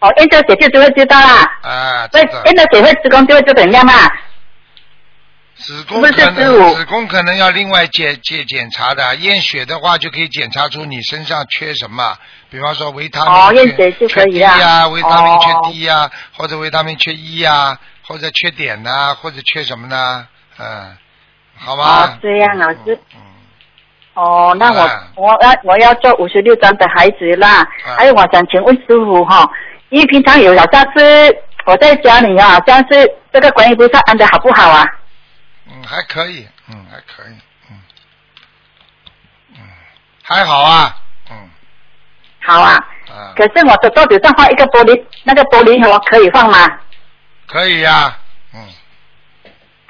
哦，验这血就会知道啦。啊，所以知道了验到血会子啊宫就会就怎样啦？子宫不是可能15子宫可能要另外检检检查的，验血的话就可以检查出你身上缺什么，比方说维他命哦验缺血就可缺以 D 啊呀、维他命缺哦 D 呀、或者维他命缺 E 呀、或者缺碘呐、或者缺什么呢？嗯，好吗？哦这样啊我知嗯，哦，那我、啊我要我要做五十六张的孩子啦。啊还有，我想请问师傅哈，因为平常有好像是我在家里啊，好像是这个观音菩萨安的好不好啊？嗯，嗯还可以，嗯，还可以，嗯，嗯，还好啊，嗯好啊。啊，可是我的桌子上放一个玻璃，那个玻璃我可以放吗？可以呀、嗯。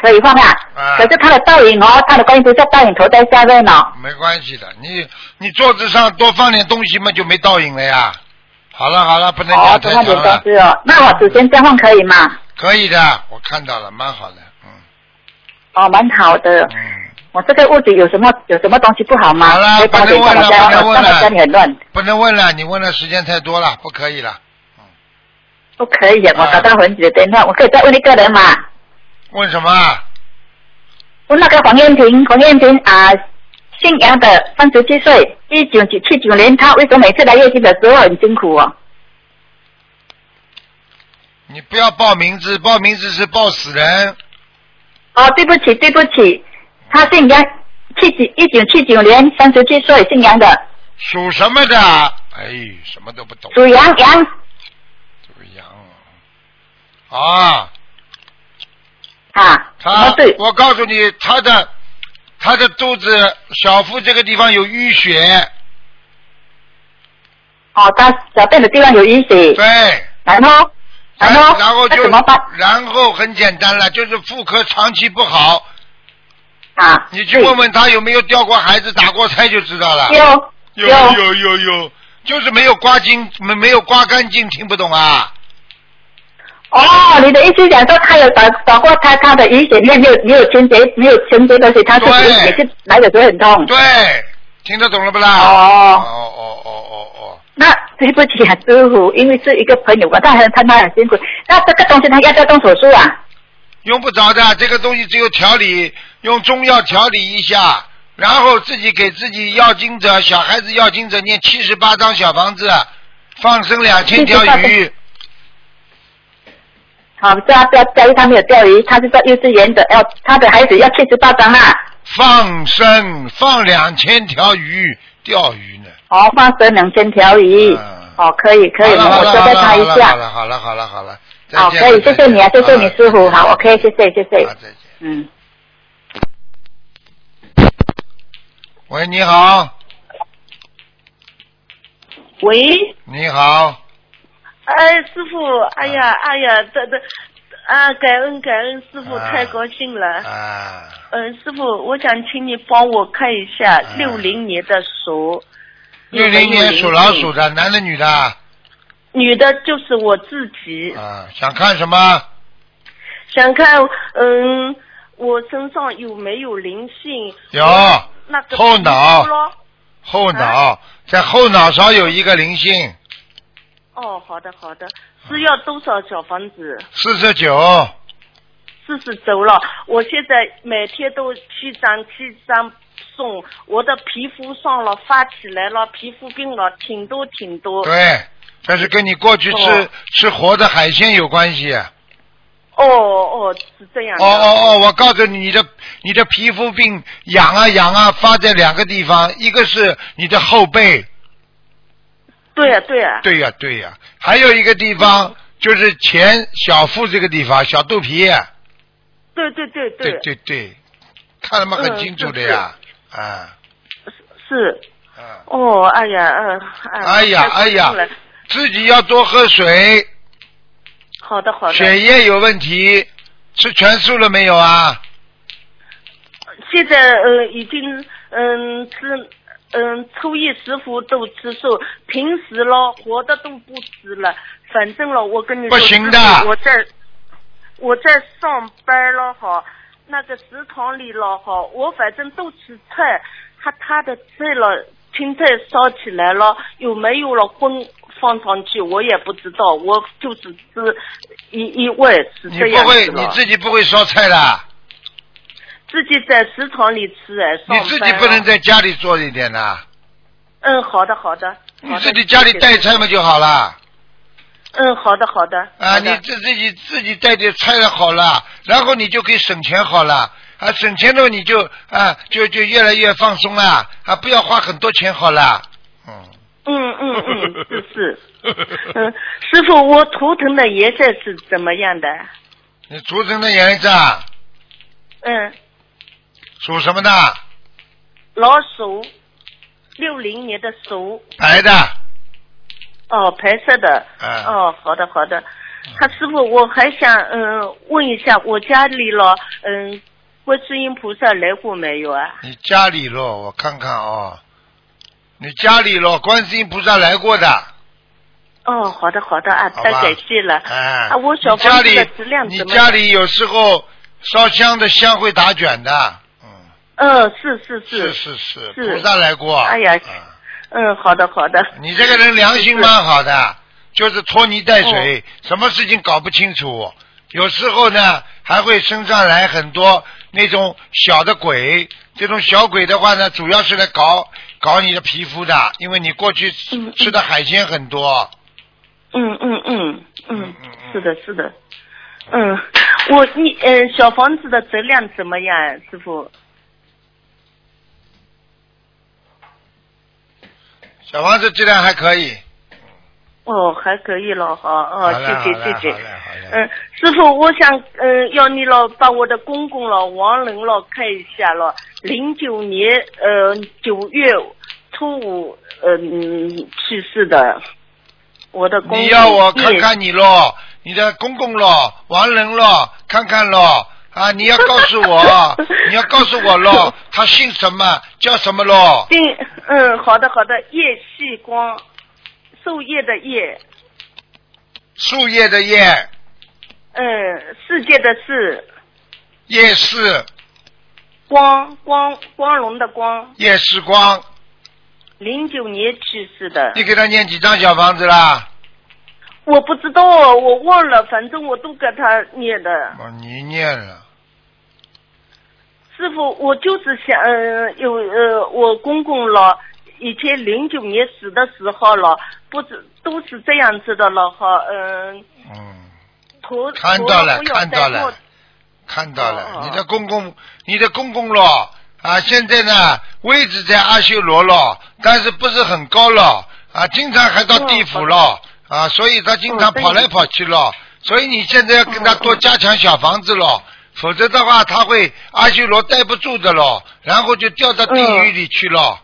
可以放啊。啊可是他的倒影哦，他的观音菩萨倒影头在下面哦。没关系的，你你桌子上多放点东西嘛，就没倒影了呀。好了好了，不能哦讲，这太放长点东了。西哦。那我首先这样放可以吗？可以的，我看到了，蛮好的，嗯哦，蛮好的。嗯，我这个屋子有什么有什么东西不好吗？好了可以打给不我能问了我家不能我问了我家里很乱，不能问了，你问的时间太多了，不可以了。不可以的。我啊打到很久的电话，我可以再问一个人嘛？问什么啊？问那个黄燕婷，黄燕婷啊，姓杨的，三十七岁，一九九七九年，她为什么每次来月经的时候很辛苦哦？你不要报名字，报名字是报死人。哦，对不起，对不起，她姓杨，七九一九七九年，三十七岁，姓杨的，属什么的？哎，什么都不懂。属羊羊。属羊啊。啊，啊，什他么对？我告诉你，他的他的肚子小腹这个地方有淤血，哦，她小便的地方有淤血，对。然后，然后，哎然后那就怎么办？然后很简单了，就是妇科长期不好，啊，你去问问他有没有掉过孩子、打过胎就知道了。对有有有有有，就是没有刮净，没没有刮干净，听不懂啊？哦，你的意思讲说他有打打过他他的淤血面没有没有清洁没有清洁东西，他自己对也是来的时候很痛。对，听得懂了不啦？哦哦，哦哦哦哦，那对不起啊，师傅，因为是一个朋友嘛，他很他他很辛苦。那这个东西他要不要动手术啊？用不着的，这个东西只有调理，用中药调理一下，然后自己给自己要经者、小孩子要经者念七十八张小房子，放生两千条78鱼。好，哦不要不要钓鱼，他没有钓鱼，他是在幼稚园的，要他的孩子要七十八张啊啦。放生，放两千条鱼，钓鱼呢。哦，放生两千条鱼。嗯哦，可以可以，好我了交代他一好下。了好了好了好了好了好了，再哦，见可以，谢再谢见你啊，谢谢你师傅，好，OK，谢谢谢谢好，再见。嗯。喂，你好，喂，你好，哎，师傅，啊哎呀，哎呀，这这，啊，感恩感恩，师傅啊太高兴了。啊，嗯，师傅，我想请你帮我看一下啊六零年的鼠，六零有没有年灵属老性鼠，的，男的女的？女的就是我自嗯己，啊，想看什么？想看嗯，我身上有没有灵性？有那个后脑皮肤咯啊后脑，在后脑勺有一个灵性，哦，好的好啊的，是要多少小房子？四十九，哦四十周了，我现在每天都七张七张送，我的皮肤上了发起来了，皮肤病了，挺多挺多。对，这是跟你过去吃、哦吃活的海鲜有关系。啊哦哦，是这样的。哦哦哦，我告诉你，你的你的皮肤病痒啊痒啊，发在两个地方，一个是你的后背，对呀、对呀、对呀、对呀、还有一个地方就是前小腹这个地方，小肚皮，对对对对对对对，看得嘛很嗯清是楚的呀，啊是。啊，哦，哎呀，嗯、哎哎呀太苦痛了哎呀自己要多喝水，好的好的。血液有问题，吃全素了没有啊？现在呃已经嗯吃嗯初一十五都吃素，平时咯活的都不吃了，反正咯我跟你说，不行的就是我在我在上班了哈，那个食堂里了哈，我反正都吃菜，他他的菜了。青菜烧起来了，有没有了荤放上去，我也不知道，我就只吃一一味是你这样不会子你了。自己不会烧菜的，自己在食堂里吃哎，上你班自己不了能在家里做一点呐、嗯，好的，好的。好你的自己家里带菜嘛？就好了。嗯，好的，好的。啊，好你的自自己自己带点菜了好了，然后你就可以省钱好了。啊，省钱了你就啊就就越来越放松了啊，不要花很多钱好了。嗯，嗯嗯嗯，是 <laughs> 是。嗯，师傅，我图腾的颜色是怎么样的？你竹子的颜色啊嗯，属什么的？老鼠，六零年的鼠，白的。哦，白色的。嗯哦，好的，好的。他师傅，我还想嗯问一下，我家里了嗯，观世音菩萨来过没有啊？你家里咯，我看看哦。你家里咯，观世音菩萨来过的，哦，好的，好的啊，好太吧感谢了。哎、啊，我小你家房子里的质量你怎么样？家里有时候烧香的香会打卷的，嗯，嗯，是是是是是，是菩萨来过。哎呀嗯嗯，好的好的，你这个人良心蛮好的，就是拖泥带哦水，什么事情搞不清楚。有时候呢，还会身上来很多那种小的鬼。这种小鬼的话呢，主要是来搞搞你的皮肤的，因为你过去吃嗯嗯吃的海鲜很多。嗯嗯嗯嗯嗯嗯嗯，是的是的，嗯，我你嗯小房子的质量怎么样，师傅？小房子质量还可以。哦，还可以了，好好哦，嘞谢谢好嘞谢好谢嘞。好嘞嗯，师傅，我想嗯要你了，把我的公公了王仁了看一下了，零九年呃九月初五嗯去世的，我的公公你要我看叶看你咯，你的公公咯，亡人咯，看看咯。啊！你要告诉我，你要告诉我咯，他姓什么，叫什么咯？定嗯，好的好的，叶细光，树叶的叶，树叶的叶，嗯，世界的世，夜市，光光光荣的光，夜市光。零九年去世的，你给他念几张小房子啦？我不知道，我忘了，反正我都给他念的。哦，你念了。师傅，我就是想，呃、有呃，我公公了，以前零九年死的时候了，不是都是这样子的了哈，嗯、嗯，头看到了头不要看到了戴墨看到了，哦哦你的公公，你的公公咯，啊，现在呢位置在阿修罗咯，但是不是很高咯，啊，经常还到地府咯，啊，所以他经常哦对跑来跑去咯，所以你现在要跟他多加强小房子咯，否则的话他会阿修罗待不住的咯，然后就掉到地狱里去咯。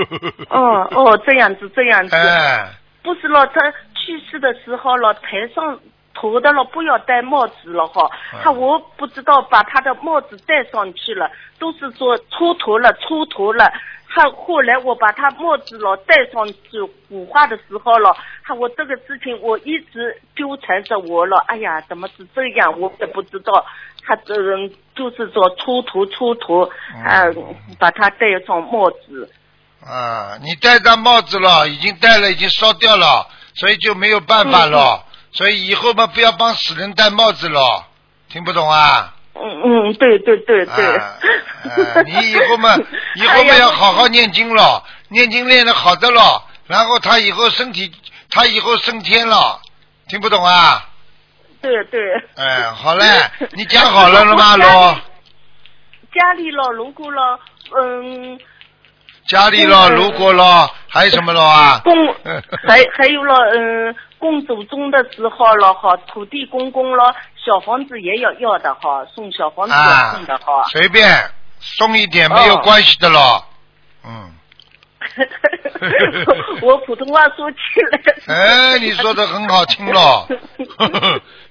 <laughs> 哦哦，这样子这样子。哎，不是了，他去世的时候了，台上头的了不要戴帽子了哈嗯。他我不知道把他的帽子戴上去了，都是说出头了，出头了。他后来我把他帽子了戴上去火化的时候了，他我这个事情我一直纠缠着我了。哎呀，怎么是这样？我也不知道。他这人就是说出头出头，啊、嗯把他戴上帽子。啊，你戴上帽子了，已经戴了，已经烧掉了，所以就没有办法嗯喽。所以以后嘛，不要帮死人戴帽子喽，听不懂啊？嗯嗯，对对对对。啊，呃你以后 <laughs> 嘛，以后嘛要好好念经了，念经练得好的了，然后他以后身体，他以后升天了，听不懂啊？对对。哎，好 <laughs> 嘞，你讲好了了吗？我家里罗，家里咯，如果咯，嗯，家里咯，如果咯，还有什么咯啊？ <laughs> 工还还有咯，嗯，工作中的时候咯哈，土地公公咯，小房子也要要的哈，送小房子要啊送的哈。， <laughs> 随便松一点没有哦关系的咯。嗯，我普通话说起来，哎，你说的很好听咯，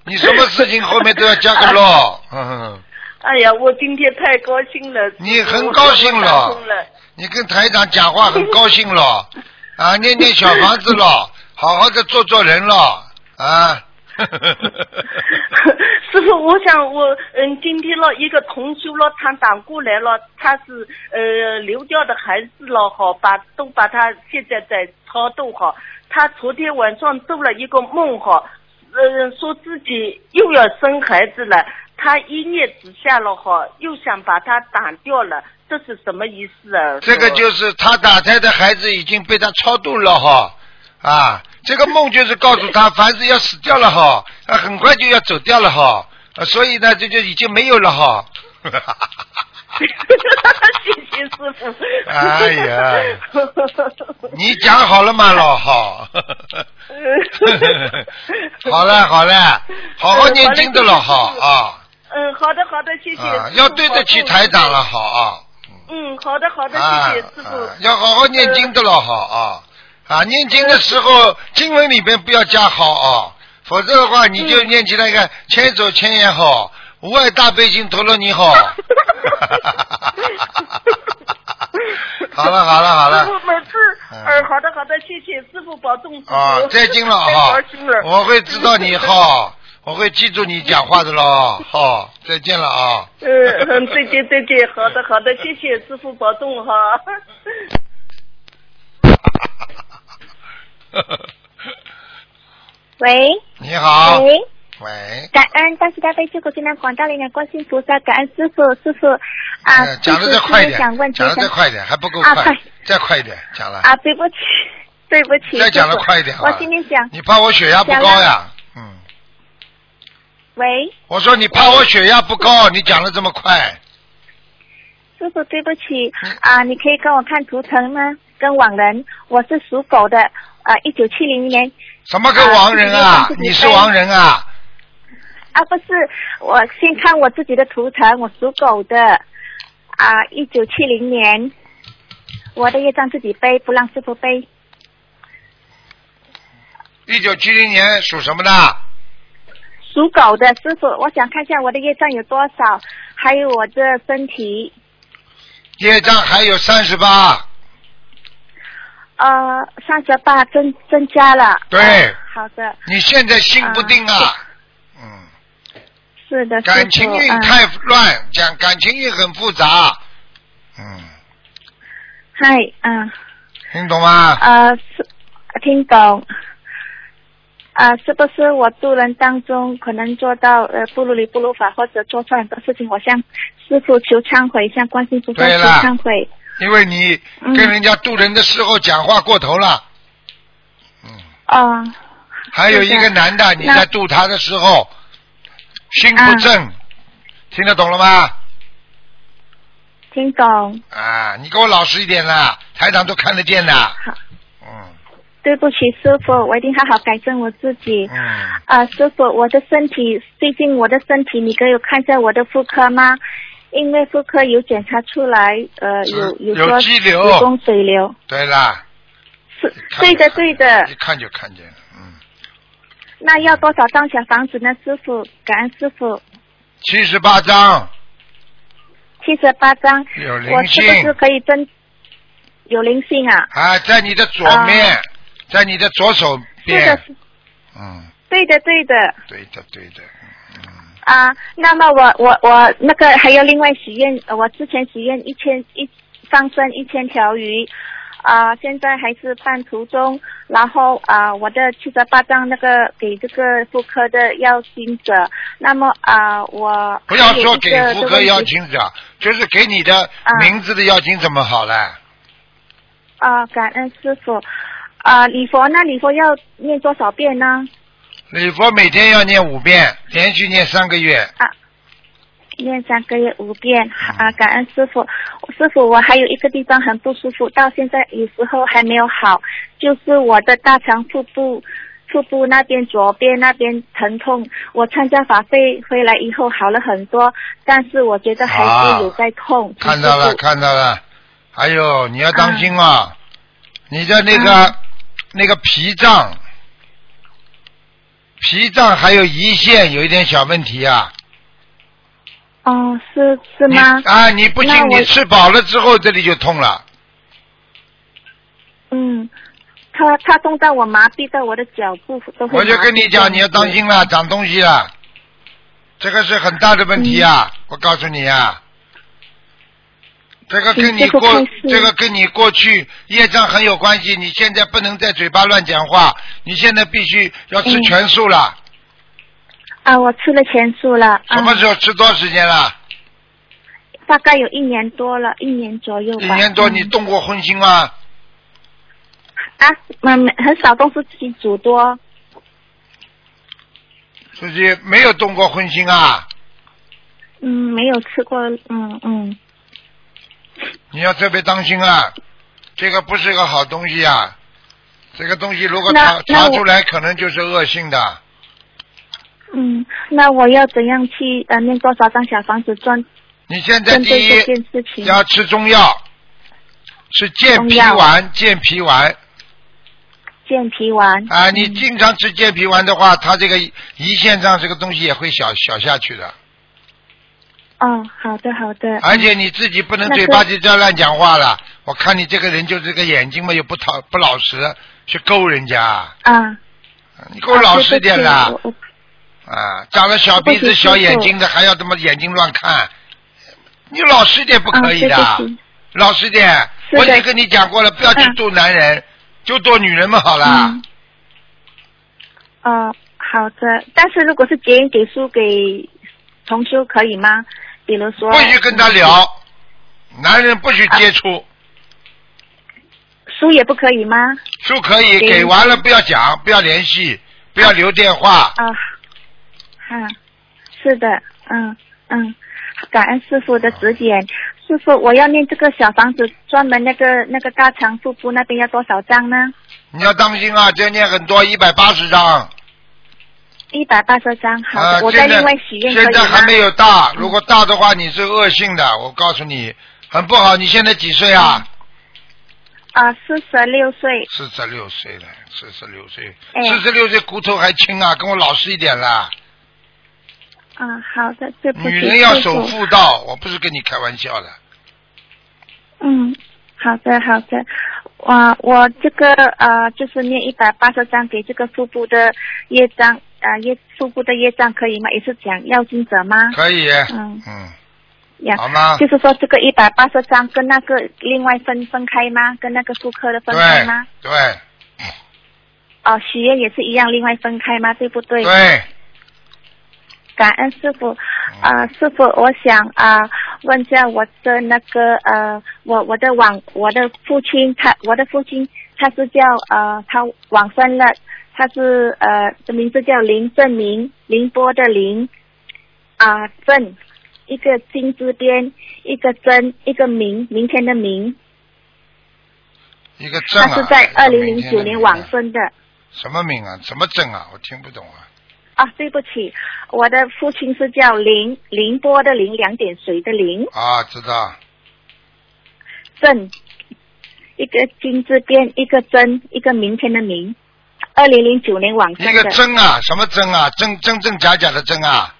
你什么事情后面都要加个咯。 <laughs> 嗯， <laughs> 哎呀，我今天太高兴了。你很高兴了我打通了你跟台长讲话很高兴咯，啊，念念小房子咯，好好的做做人咯，啊。 <laughs> <laughs> 师傅，我想我嗯，今天了一个同修了，他打过来了，他是呃流掉的孩子了哈，把都把他现在在超度哈。他昨天晚上做了一个梦哈，呃，说自己又要生孩子了，他一念之下了哈，又想把他打掉了，这是什么意思啊？这个 <laughs> 就是他打胎的孩子已经被他超度了哈，啊，这个梦就是告诉他，凡是要死掉了哈，他很快就要走掉了哈，啊所以呢，这就已经没有了哈。 <laughs> 谢谢师傅。哎 <laughs> 呀 <laughs> 你讲好了吗，老好？ <laughs> 好了好了，好好念经的老好啊嗯，好的好的，谢谢。啊，要对得起台长了。好啊嗯，好的好的，啊谢谢师啊傅。，要好呃好念经的老好啊啊，念经的时候呃经文里面不要加好啊，否则的话你就念起来 <laughs> 看千手千眼好，无碍大悲心陀罗尼 <laughs> 好。啊 <laughs> 好了好了好了师。傅每次，嗯呃，好的好的，谢谢师傅保重。师傅啊，再见了哈 <laughs> 太高兴了，我会知道你哈，我会记住你讲话的喽，哈，再见了啊。嗯嗯，再见再见，好的好的，谢谢师傅保重哈。 <laughs> 喂，你好，喂，喂，感恩大慈大悲救苦救难广大灵感观世音菩萨，感恩师傅师傅啊呃，讲的弟子再快一今天想点，问讲的就再想快一点，还不够啊快快，再快一点，讲了，啊，对不起， <laughs> 对不起，再讲的师傅快一点好我了今天想，你怕我血压不高呀？嗯，喂，我说你怕我血压不高，你讲的这么快，师傅对不起嗯啊，你可以跟我看图腾吗？跟往人，我是属狗的，呃，一九七零年什么个亡人啊啊？你是亡人啊？啊，不是，我先看我自己的图腾，我属狗的，啊，一九七零年，我的业障自己背，不让师傅背。一九七零年属什么的？属狗的师傅，我想看一下我的业障有多少，还有我的身体。业障还有三十八，呃，三十八增增加了。对哦好的，你现在心不定啊。嗯。是的，师感傅情运嗯太乱，讲感情运很复杂。嗯，嗨，嗯，听懂吗？呃，是听懂。呃，是不是我渡人当中可能做到呃不如理不如法，或者做错很多事情，我向师傅求忏悔，向观世音菩萨对求了忏悔。因为你嗯跟人家渡人的时候讲话过头了，哦、还有一个是的男的，你那在渡他的时候心不正，听得懂了吗？听懂。啊，你给我老实一点啦，台长都看得见的。好嗯对不起，师傅，我一定好好改正我自己。嗯，啊，师傅，我的身体最近我的身体，你给我看一下我的妇科吗？因为妇科有检查出来，呃，有有说有肌瘤子宫水瘤，对啦，是看对的见对的一。看就看见了。嗯，那要多少张小房子呢？师傅，感恩师傅，七十八章七十八张，有灵我是不性是可以增有灵性啊？啊，在你的左啊面，在你的左手是的边。，是嗯。对的对的对的，对的，嗯啊。那么我我我那个还有另外许愿，呃我之前许愿一千一放生一千条鱼，啊、现在还是半途中，然后啊、我的七十八张那个给这个妇科的要经者，那么啊、我不要说给还有一个妇科这个啊邀问题请者，就是给你的名字的邀请怎么好嘞？啊、感恩师傅啊、礼佛那礼佛要念多少遍呢？礼佛每天要念五遍，连续念三个月。念三个月五遍嗯啊，感恩师傅。师傅，我还有一个地方很不舒服，到现在有时候还没有好，就是我的大肠腹部。腹部那边左边那边疼痛，我参加法会回来以后好了很多，但是我觉得还啊是有在痛。看到了，不舒服看到了。还有，你要当心啊！你的那个、啊那个脾脏、脾脏还有胰腺有一点小问题啊。哦，是是你吗？啊，你不那信？我你吃饱了之后这里就痛了。嗯，他他痛到我麻痹到我的脚部都会。我就跟你讲，你要当。心了，长东西了，这个是很大的问题啊！嗯我告诉你啊，这个跟嗯你这个过开始这个跟你过去业障很有关系。你现在不能在嘴巴乱讲话，你现在必须要吃嗯全素了。啊，我吃了全素了。什么啊时候吃多少时间了？大概有一年多了，一年左右吧。一年多，嗯你动过荤腥吗？啊，嗯，很少都是自己煮多。自己没有动过荤腥啊？嗯，没有吃过，嗯嗯你要特别当心啊！这个不是个好东西啊！这个东西如果那查那查我出来，可能就是恶性的。嗯。那我要怎样去呃念多少张小房子专你现在针第对这件一事情？要吃中药，吃健脾丸，健脾丸健脾丸。啊！你嗯经常吃健脾丸的话，它这个胰腺上这个东西也会小小下去的。哦，好的好的。而且你自己不能那嘴是巴就这样乱讲话了。我看你这个人就是个眼睛嘛，又不讨不老实，去勾人家，啊，你给我老实点啦啊！对不起我啊！长了小鼻对子、不起小眼睛的，还要这么眼睛乱看，你老实点不我可以的。啊对不起老实点，是的我已经跟你讲过了，不要去剁男人，就剁女人们好了。嗯哦，好的。但是如果是结缘给书给同修可以吗？比如说。不许跟嗯他聊，男人不许接啊触。书也不可以吗？书可以对给完了，不要讲，不要联系，不要留电话。啊，嗯，是的，嗯嗯，感恩师傅的指点。师傅，我要念这个小房子，专门那个那个大肠腹部那边要多少张呢？你要当心啊，这要念很多，一百八十张。一百八十张，好的，啊，我再现在另外许愿可以现在还没吗？有大，如果大的话，你是恶性的，我告诉你，很不好。你现在几岁啊？嗯啊，四十六岁，四十六岁了，四十六岁，哎四十六岁骨头还轻啊，跟我老实一点啦。啊，好的，对不起，女人要师守傅。妇道，我不是跟你开玩笑的。嗯，好的好的，啊，我这个呃，就是念一百八十张给这个腹部的业障啊、呃，业腹部的业障可以吗？也是讲要经者吗？可以。嗯嗯，呀好吗？就是说这个一百八十张跟那个另外分分开吗？跟那个妇科的分开对吗？对哦，许愿也是一样，另外分开吗？对不对？对，感恩师傅，啊、师傅，我想啊、问一下我的那个呃，我我的往我的父亲，他我的父亲他是叫呃，他往生了，他是呃，名字叫林正明，宁波的林，啊、正，一个金字边，一个真，一个明，明天的明，一个证他啊。是在一个二零明零天的九年名往啊生的。什么名啊？什么证啊？我听不懂啊。啊，对不起，我的父亲是叫林，宁波的林，两点水的林。啊，知道。正，一个金字边，一个真，一个明天的明。二零零九年往一生个的真啊，什么真啊？真真真假假的真啊？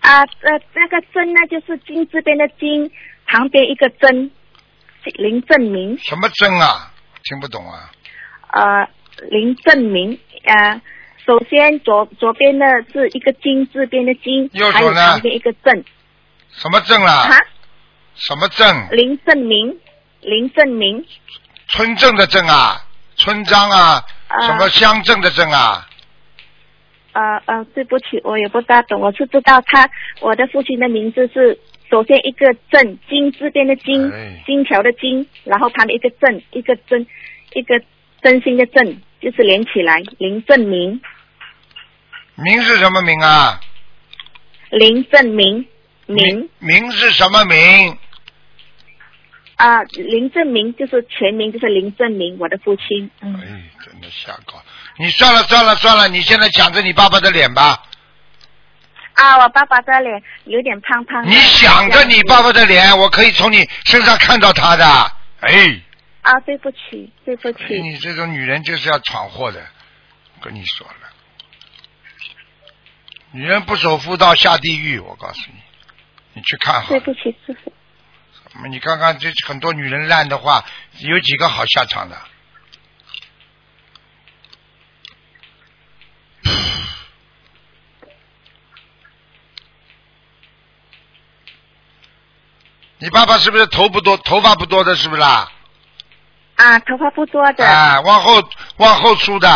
啊，呃，那个真呢，就是金字边的金，旁边一个真，林正明，什么真啊？听不懂啊。呃，林正明，呃，首先左左边的是一个金字边的金，右手呢还有旁边一个正，什么证啊啦？什么证？林正明，林正明，村镇的镇啊，村章啊，什么乡镇的镇啊，呃呃，对不起，我也不大懂，我是知道他我的父亲的名字是首先一个镇，金字边的金哎，金条的金，然后他的一个镇，一个真，一个真心的真，就是连起来，林正明，名是什么名啊？林正明，明名是什么名？啊、林正明就是全名就是林正明，我的父亲，嗯，哎，真的瞎搞！你算了算了算了，你现在想着你爸爸的脸吧，啊，我爸爸的脸有点胖胖的，你想着你爸爸的脸，我可以从你身上看到他的。哎，啊，对不起，对不哎起，你这种女人就是要闯祸的，跟你说了，女人不守妇道下地狱，我告诉你，你去看好对了。不起，师傅，你看看这很多女人烂的话，有几个好下场的？ <sighs> 你爸爸是不是头不多，头发不多的，是不是啦？啊，头发不多的，哎，往后往后梳的，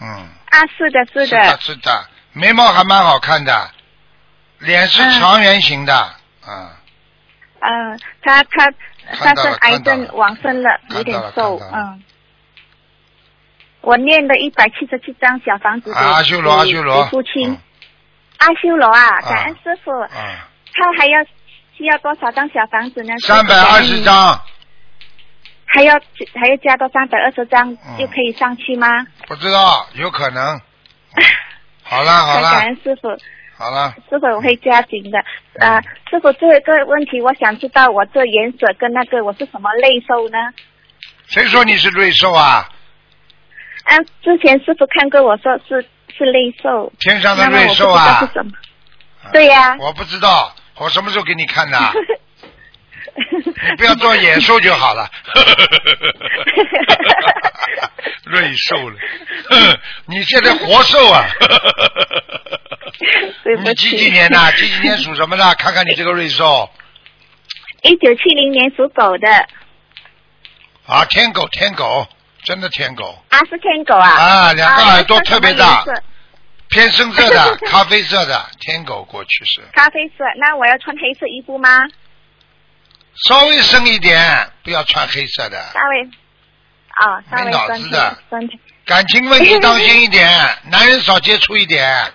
嗯，啊，是的，是是的，的，是的，眉毛还蛮好看的，脸是长圆形的，啊、呃，他他看他到生了癌看到了症往生了，有看点到了瘦，看到了嗯。我念了一百七十七张小房子给阿修罗，阿给修罗给，父亲、嗯阿修罗啊，啊感恩师傅，嗯他还要需要多少张小房子呢？三百二十，张，还要还要加到三百二十张嗯就可以上去吗？不知道，有可 <laughs> 能。好了好很感了恩师傅，好了，师傅我会加紧的。嗯呃，师傅最后一个问题，我想知道我这盐水跟那个我是什么类受呢？谁说你是瑞兽啊？啊，之前师傅看过我说是是类兽，天上的那么我瑞不知兽道啊是？什么？对呀、我不知道，我什么时候给你看的？你不要做野兽就好 <laughs> 了。瑞兽了， <laughs> 你现在活兽啊？对不你起几几年的？几几年属什么的？看看你这个瑞兽 <laughs> 一九七零年属狗的啊，天狗天狗，真的天狗。啊，是天狗啊。啊两个啊耳朵特别大那是什么颜色偏深色的、咖啡色的天狗过去是咖啡色，那我要穿黑色衣服吗？稍微深一点，不要穿黑色的。大卫，哦，大没卫脑专子题的专题。感情问题当心一 <laughs> 点，男人少接触一点，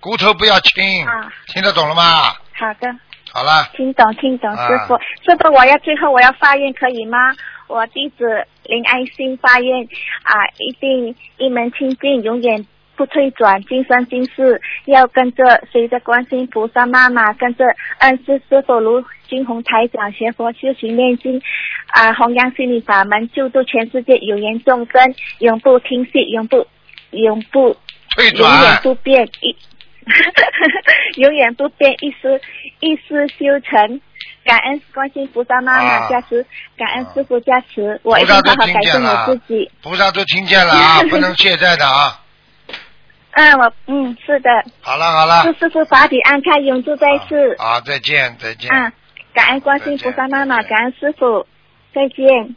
骨头不要轻啊，听得懂了吗？好的，好了，听懂听懂，啊师傅，师傅，我要最后我要发愿可以吗？我弟子林爱心发愿啊，一定一门清净，永远不退转，今生今世要跟着随着观世音菩萨妈妈，跟着恩师师傅卢金红台长学佛修行念经啊，弘扬心理法门，救度全世界有缘众生，永不停息，永不永不退永远转，不变一， <laughs> 永远不变一丝一丝修成。感恩观世音菩萨妈啊妈加持，感恩啊师傅加持，我一菩定萨好都好听改见正了我啊自己。，菩萨都听见了啊，不能懈怠的啊。嗯，我嗯是的，好了好了祝，师傅法体安康，永驻在世。啊，再见再见。嗯，感恩观世音菩萨妈妈，再见感恩师傅，再见。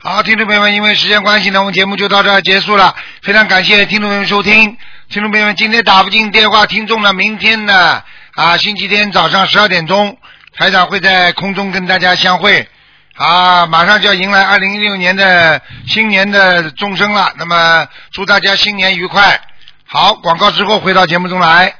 好，听众朋友们，因为时间关系呢，我们节目就到这儿结束了。非常感谢听众朋友们收听，听众朋友们，今天打不进电话，听众呢，明天呢啊，星期天早上十二点钟，台长会在空中跟大家相会。啊，马上就要迎来二零一六年的新年的钟声了，那么祝大家新年愉快。好，广告之后回到节目中来。